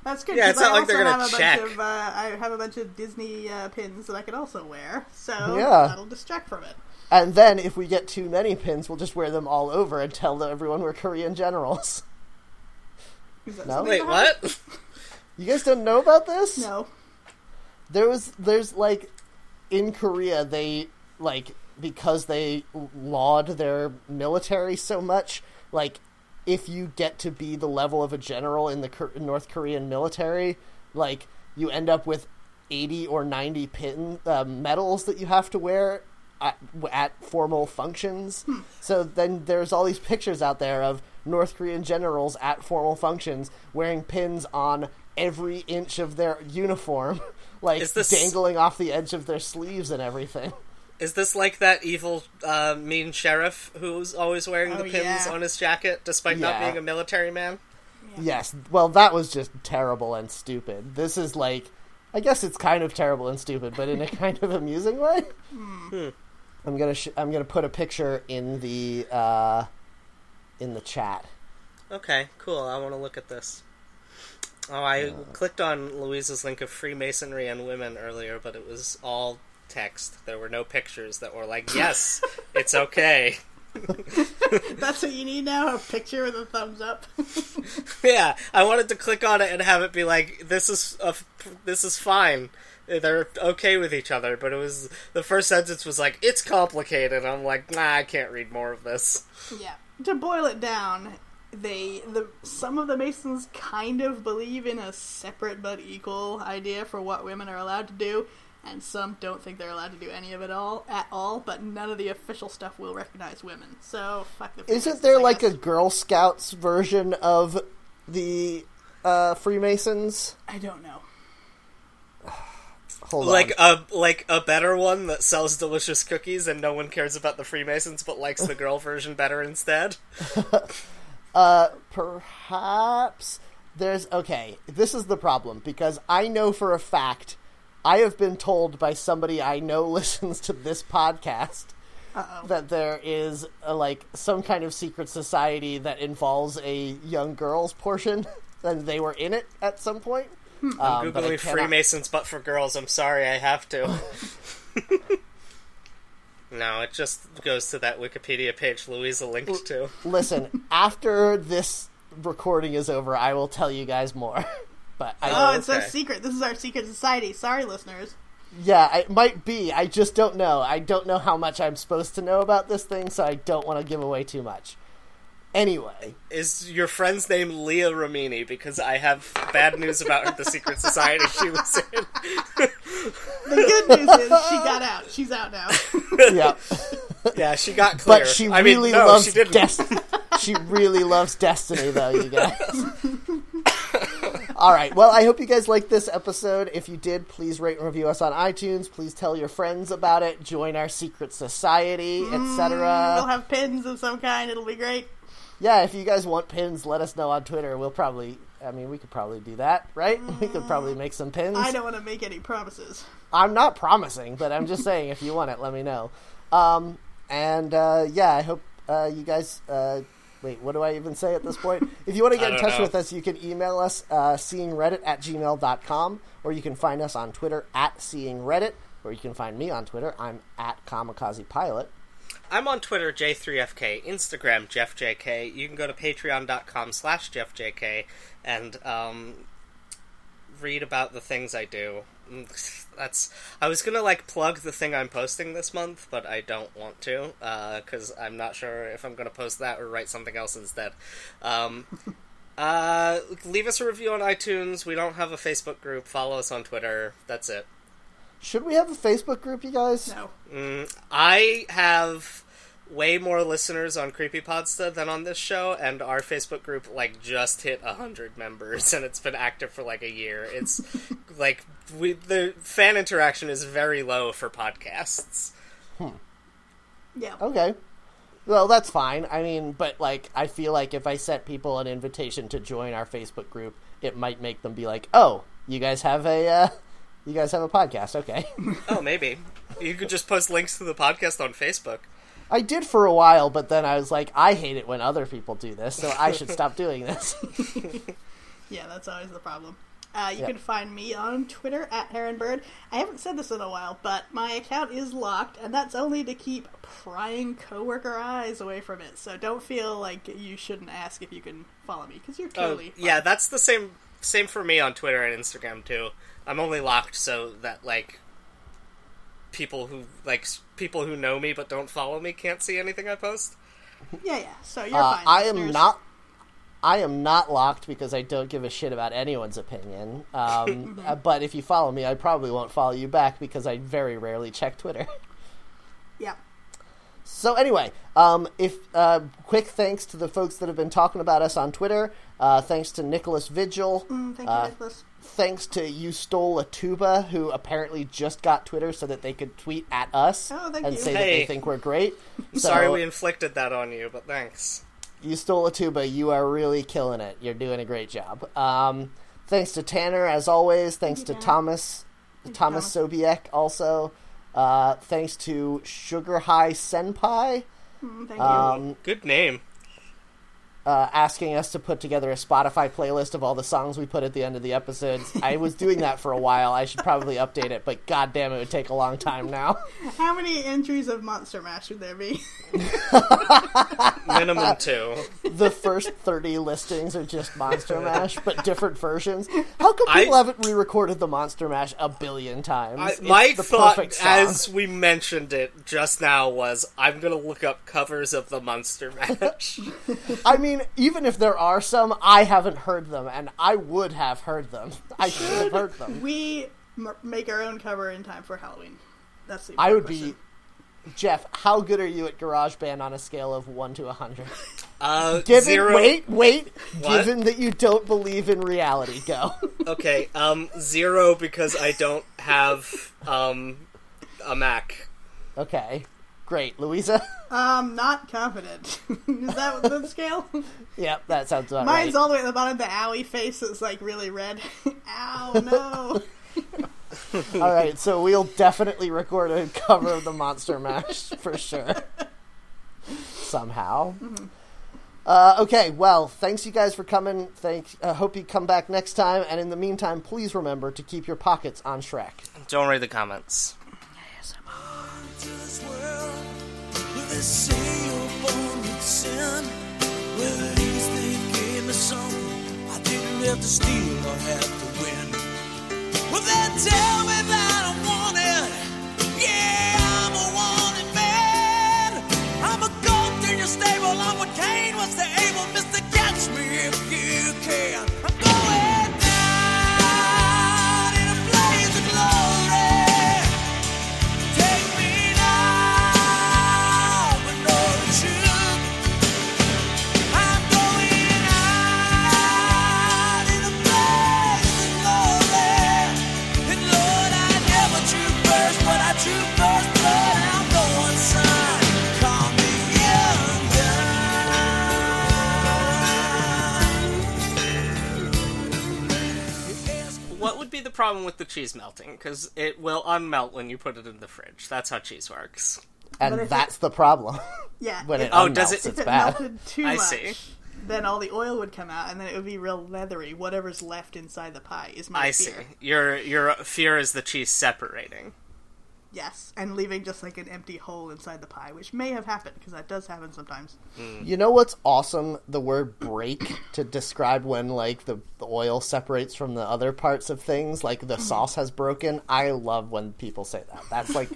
Speaker 3: That's good.
Speaker 2: Yeah,
Speaker 3: 'cause
Speaker 2: it's not
Speaker 3: I
Speaker 2: like they're
Speaker 3: also
Speaker 2: gonna
Speaker 3: have a
Speaker 2: check.
Speaker 3: Bunch of, uh, I have a bunch of Disney uh, pins that I could also wear, so
Speaker 1: Yeah.
Speaker 3: that'll distract from it.
Speaker 1: and then if we get too many pins, we'll just wear them all over and tell everyone we're Korean generals. *laughs*
Speaker 3: Is that
Speaker 1: No?
Speaker 3: something
Speaker 2: Wait,
Speaker 3: that
Speaker 2: what?
Speaker 1: You guys don't know about this?
Speaker 3: happened? No.
Speaker 1: there was there's like in Korea they like because they laud their military so much like if you get to be the level of a general in the Kor- North Korean military like you end up with 80 or 90 pin uh, medals that you have to wear at, at formal functions so then there's all these pictures out there of North Korean generals at formal functions wearing pins on every inch of their uniform *laughs* like
Speaker 2: Is this-
Speaker 1: dangling off the edge of their sleeves and everything.
Speaker 2: Is this like that evil, uh, mean sheriff who's always wearing the
Speaker 3: Oh,
Speaker 2: pins
Speaker 3: yeah.
Speaker 2: on his jacket despite not
Speaker 1: Yeah.
Speaker 2: being a military man?
Speaker 1: Yes, well, that was just terrible and stupid. This is like, I guess it's kind of terrible and stupid, but in a *laughs* kind of amusing way. I'm gonna sh- I'm gonna put a picture in the uh, in the chat.
Speaker 2: Okay, cool. I want to look at this. Oh, I clicked on Louise's link of Freemasonry and women earlier, but it was all text. There were no pictures that were like, yes, it's okay.
Speaker 3: That's what you need now—a picture with a thumbs up. *laughs*
Speaker 2: Yeah, I wanted to click on it and have it be like, "This is a f this is fine. They're okay with each other." But it was the first sentence was like, "It's complicated." I'm like, "Nah, I can't read more of this."
Speaker 3: Yeah. To boil it down, they the some of the Masons kind of believe in a separate but equal idea for what women are allowed to do, and some don't think they're allowed to do any of it all at all. But none of the official stuff will recognize women, so fuck the.
Speaker 1: Isn't there like a
Speaker 3: a?
Speaker 1: Girl Scouts version of the uh, Freemasons?
Speaker 3: I don't know.
Speaker 1: Hold
Speaker 2: Like
Speaker 1: on.
Speaker 2: a like a better one that sells delicious cookies and no one cares about the Freemasons, but likes the girl version
Speaker 1: *laughs*
Speaker 2: better instead.
Speaker 1: Uh, perhaps there's okay. This is the problem because I know for a fact I have been told by somebody I know *laughs* listens to this podcast that there is a, like some kind of secret society that involves a young girls portion, *laughs* and they were in it at some point. Um, but I cannot-
Speaker 2: Googling Freemasons, but for girls. I'm sorry, I have to. *laughs* no, it just goes to that Wikipedia page Louisa linked to.
Speaker 1: *laughs* Listen, after this recording is over, I will tell you guys more. *laughs* But I
Speaker 3: Oh,
Speaker 2: Oh,
Speaker 3: it's our
Speaker 2: okay.
Speaker 3: secret. This is our secret society. Sorry, listeners.
Speaker 1: Yeah, it might be. I just don't know. I don't know how much I'm supposed to know about this thing, so I don't want to give away too much. Anyway,
Speaker 2: Is your friend's name Leah Ramini? Because I have bad news about her, the secret society she was in.
Speaker 3: The good news is she
Speaker 1: *laughs*
Speaker 3: got out. She's out now.
Speaker 1: yeah,
Speaker 2: *laughs* Yeah, she got
Speaker 1: *laughs*
Speaker 2: clear.
Speaker 1: but she
Speaker 2: I mean,
Speaker 1: really
Speaker 2: no,
Speaker 1: loves
Speaker 2: she didn't.
Speaker 1: Destiny. she really loves Destiny, though, you guys. *laughs* All right. Well, I hope you guys liked this episode. If you did, please rate and review us on iTunes. Please tell your friends about it. Join our secret society,
Speaker 3: We'll
Speaker 1: etc.
Speaker 3: have pins of some kind. It'll be great.
Speaker 1: Yeah, if you guys want pins, let us know on Twitter. We'll probably. I mean, we could probably do that, right? We could probably make some pins.
Speaker 3: I don't want to make any promises.
Speaker 1: I'm not promising, but I'm
Speaker 2: *laughs*
Speaker 1: just saying if you want it, let me know. Um, and uh, yeah, I hope uh, you guys. Uh, wait, what do I even say at this
Speaker 2: *laughs*
Speaker 1: point? If you want to
Speaker 2: I
Speaker 1: get in
Speaker 2: don't
Speaker 1: touch
Speaker 2: know.
Speaker 1: with us, you can email us uh, seeingreddit at gmail.com, or you can find us on Twitter at seeingreddit, or you can find me on Twitter. I'm at kamikaze pilot.
Speaker 2: I'm on Twitter, J3FK, Instagram, JeffJK. You can go to patreon.com slash JeffJK and um, read about the things I do. *laughs* That's. I was gonna like plug the thing I'm posting this month, but I don't want to because I'm not sure if I'm gonna post that or write something else instead. Um, *laughs* uh, leave us a review on iTunes. We don't have a Facebook group. Follow us on Twitter. That's it.
Speaker 1: Should we have a Facebook group, you guys?
Speaker 3: No.
Speaker 2: I have way more listeners on Creepypodsta than on this show, and our Facebook group like just hit hundred members, and it's been active for like a year. It's *laughs* like we the fan interaction is very low for podcasts.
Speaker 3: Yeah.
Speaker 1: Okay. Well, that's fine. I mean, but like, I feel like if I sent people an invitation to join our Facebook group, it might make them be like, "Oh, you guys have a uh, you guys have a podcast, okay?"
Speaker 2: Oh, maybe. You could just post links to the podcast on Facebook.
Speaker 1: I did for a while, but then I was like, "I hate it when other people do this, so I should stop doing this."
Speaker 3: Yeah, that's always the problem. Uh, you
Speaker 1: Yeah.
Speaker 3: can find me on Twitter at Heronbird. I haven't said this in a while, but my account is locked, and that's only to keep prying coworker eyes away from it. So don't feel like you shouldn't ask if you can follow me because you're
Speaker 2: Oh,
Speaker 3: totally.
Speaker 2: yeah, that's the same same for me on Twitter and Instagram too. I'm only locked so that like people who like s- people who know me but don't follow me can't see anything I post.
Speaker 3: yeah, yeah. So you're
Speaker 1: Uh,
Speaker 3: fine.
Speaker 1: I am
Speaker 3: listeners.
Speaker 1: not. I am not locked because I don't give a shit about anyone's opinion. Um, uh, but if you follow me, I probably won't follow you back because I very rarely check Twitter.
Speaker 3: Yeah.
Speaker 1: So anyway, um, if uh, quick thanks to the folks that have been talking about us on Twitter. Uh, thanks to Nicholas Vigil.
Speaker 3: Mm, thank you,
Speaker 1: Uh,
Speaker 3: Nicholas.
Speaker 1: Thanks to you stole a tuba, who apparently just got Twitter so that they could tweet at us
Speaker 3: Oh, thank
Speaker 1: and
Speaker 3: you.
Speaker 1: say that they
Speaker 2: Hey.
Speaker 1: think we're great. So,
Speaker 2: *laughs* Sorry we inflicted that on you, but thanks.
Speaker 1: you stole a tuba. You are really killing it. You're doing a great job. Um, thanks to Tanner, as always. Thanks
Speaker 3: you,
Speaker 1: to
Speaker 3: Tanner.
Speaker 1: Thomas, Thomas Sobiek, also. Uh, thanks to Sugar High Senpai,
Speaker 3: Mm, thank
Speaker 1: um,
Speaker 2: Good name.
Speaker 1: uh, asking us to put together a Spotify playlist of all the songs we put at the end of the
Speaker 2: *laughs*
Speaker 1: episodes. I was doing that for a while. I should probably update it, but goddamn, it would take a long time
Speaker 2: *laughs*
Speaker 1: now.
Speaker 3: you. How many entries of Monster Mash would there be? *laughs*
Speaker 2: *laughs* Minimum two.
Speaker 1: the first 30 listings are just
Speaker 2: *laughs*
Speaker 1: Monster Mash, but different versions. How come
Speaker 2: I-
Speaker 1: people haven't re recorded the Monster Mash a billion times?
Speaker 2: I,
Speaker 1: It's
Speaker 2: my
Speaker 1: the
Speaker 2: thought
Speaker 1: perfect song.
Speaker 2: as we mentioned it just now was I'm gonna look up covers of the Monster *laughs* Mash.
Speaker 1: I mean, even if there are some, I haven't heard them, and I would have heard them. I should have heard them.
Speaker 3: we m- make our own cover in time for Halloween. That's the
Speaker 1: I would
Speaker 3: question.
Speaker 1: be. Jeff, how good are you at GarageBand on a scale of 1 to 100?
Speaker 2: Uh,
Speaker 1: Given,
Speaker 2: zero.
Speaker 1: wait, wait,
Speaker 2: What?
Speaker 1: given that you don't believe in reality, go. *laughs*
Speaker 2: Okay, um, zero because I don't have um a Mac.
Speaker 1: okay, great. Louisa? *laughs*
Speaker 3: Um, not confident. *laughs* Is that the scale?
Speaker 1: yep, that sounds about
Speaker 3: Mine's
Speaker 1: right.
Speaker 3: all the way at the bottom. The owie face is like really red. *laughs* Ow, no.
Speaker 1: All right, so we'll definitely record a cover of the Monster Mash *laughs* for sure. Somehow. Uh, okay, well, thanks you guys for coming. Thank. Uh, hope you come back next time. And in the meantime, please remember to keep your pockets on Shrek.
Speaker 2: Don't read the comments.
Speaker 4: to this world with a seal upon its sin. Well, at least they gave me something I didn't have to steal or have to win. Well, they tell me that I'm wanted. Yeah, I'm a wanted man. I'm a goat in your stable. I'm a Cain. What's the aim of Mr. Catch me if you can? I'm going down in a blaze of glory. Take me now, but know the truth. I'm going out in a blaze of glory, and Lord, I never drew first, but I drew first blood. I'm going, son, call me young.
Speaker 2: What would be the problem with the cheese melting? Because it will unmelt when you put it in the fridge. That's how cheese works.
Speaker 3: But
Speaker 1: And
Speaker 3: if it-
Speaker 1: that's the problem. *laughs*
Speaker 3: Yeah.
Speaker 1: when it
Speaker 3: if,
Speaker 2: Oh, does
Speaker 1: unmelts,
Speaker 2: it-
Speaker 1: It's
Speaker 3: if it
Speaker 1: bad.
Speaker 3: melted
Speaker 2: *laughs*
Speaker 3: too
Speaker 2: I
Speaker 3: much,
Speaker 2: see.
Speaker 3: then all the oil would come out, and then it would be real leathery. Whatever's left inside the pie is my
Speaker 2: I
Speaker 3: fear.
Speaker 2: see. Your your fear is the cheese separating.
Speaker 3: Yes, and leaving just like an empty hole inside the pie, which may have happened because that does happen sometimes.
Speaker 1: You know what's awesome? The word break to describe when like the, the oil separates from the other parts of things, like the sauce has broken. I love when people say that. That's like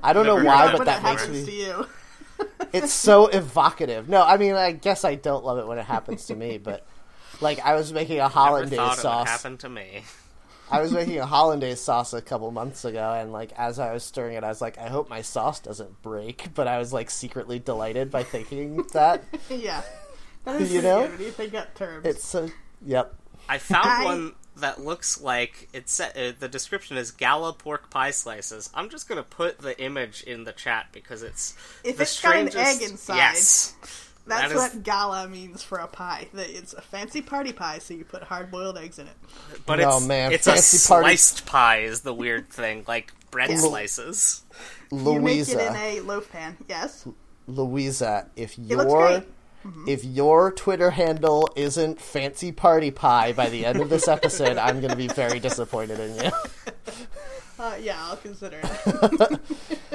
Speaker 1: I don't know
Speaker 2: Never heard
Speaker 1: why,
Speaker 2: that
Speaker 1: but
Speaker 3: when
Speaker 1: that
Speaker 3: it
Speaker 1: makes
Speaker 3: happens
Speaker 1: me
Speaker 3: to you, *laughs*
Speaker 1: it's so evocative. No, I mean I guess I don't love it when it happens to me, but like I was making a
Speaker 2: Never
Speaker 1: hollandaise
Speaker 2: thought it would
Speaker 1: sauce.
Speaker 2: happen to me.
Speaker 1: I was making a hollandaise sauce a couple months ago, and like as I was stirring it, I was like, I hope my sauce doesn't break. But I was like secretly delighted by thinking that
Speaker 3: yeah, that is
Speaker 1: You
Speaker 3: pretty
Speaker 1: know?
Speaker 3: good when you think up terms.
Speaker 1: it's so. Yep.
Speaker 2: I found
Speaker 3: I-
Speaker 2: one that looks like it sa uh, the description is gala pork pie slices. I'm just gonna put the image in the chat because it's
Speaker 3: If
Speaker 2: the
Speaker 3: it's got an
Speaker 2: strangest.
Speaker 3: egg inside.
Speaker 2: Yes.
Speaker 3: That's
Speaker 2: That is-
Speaker 3: what gala means for a pie. That It's a fancy party pie, so you put hard boiled eggs in it.
Speaker 2: But
Speaker 1: No,
Speaker 2: it's
Speaker 1: man,
Speaker 2: it's a
Speaker 1: fancy party-
Speaker 2: sliced pie is the weird thing, like bread slices.
Speaker 3: You make it in
Speaker 1: Louisa,
Speaker 3: a loaf pan. Yes.
Speaker 1: Louisa, if
Speaker 3: looks
Speaker 1: your
Speaker 3: great. Mm-hmm.
Speaker 1: if your Twitter handle isn't fancy party pie by the end of this episode, I'm going to be very disappointed in you.
Speaker 3: Uh, yeah, I'll consider it.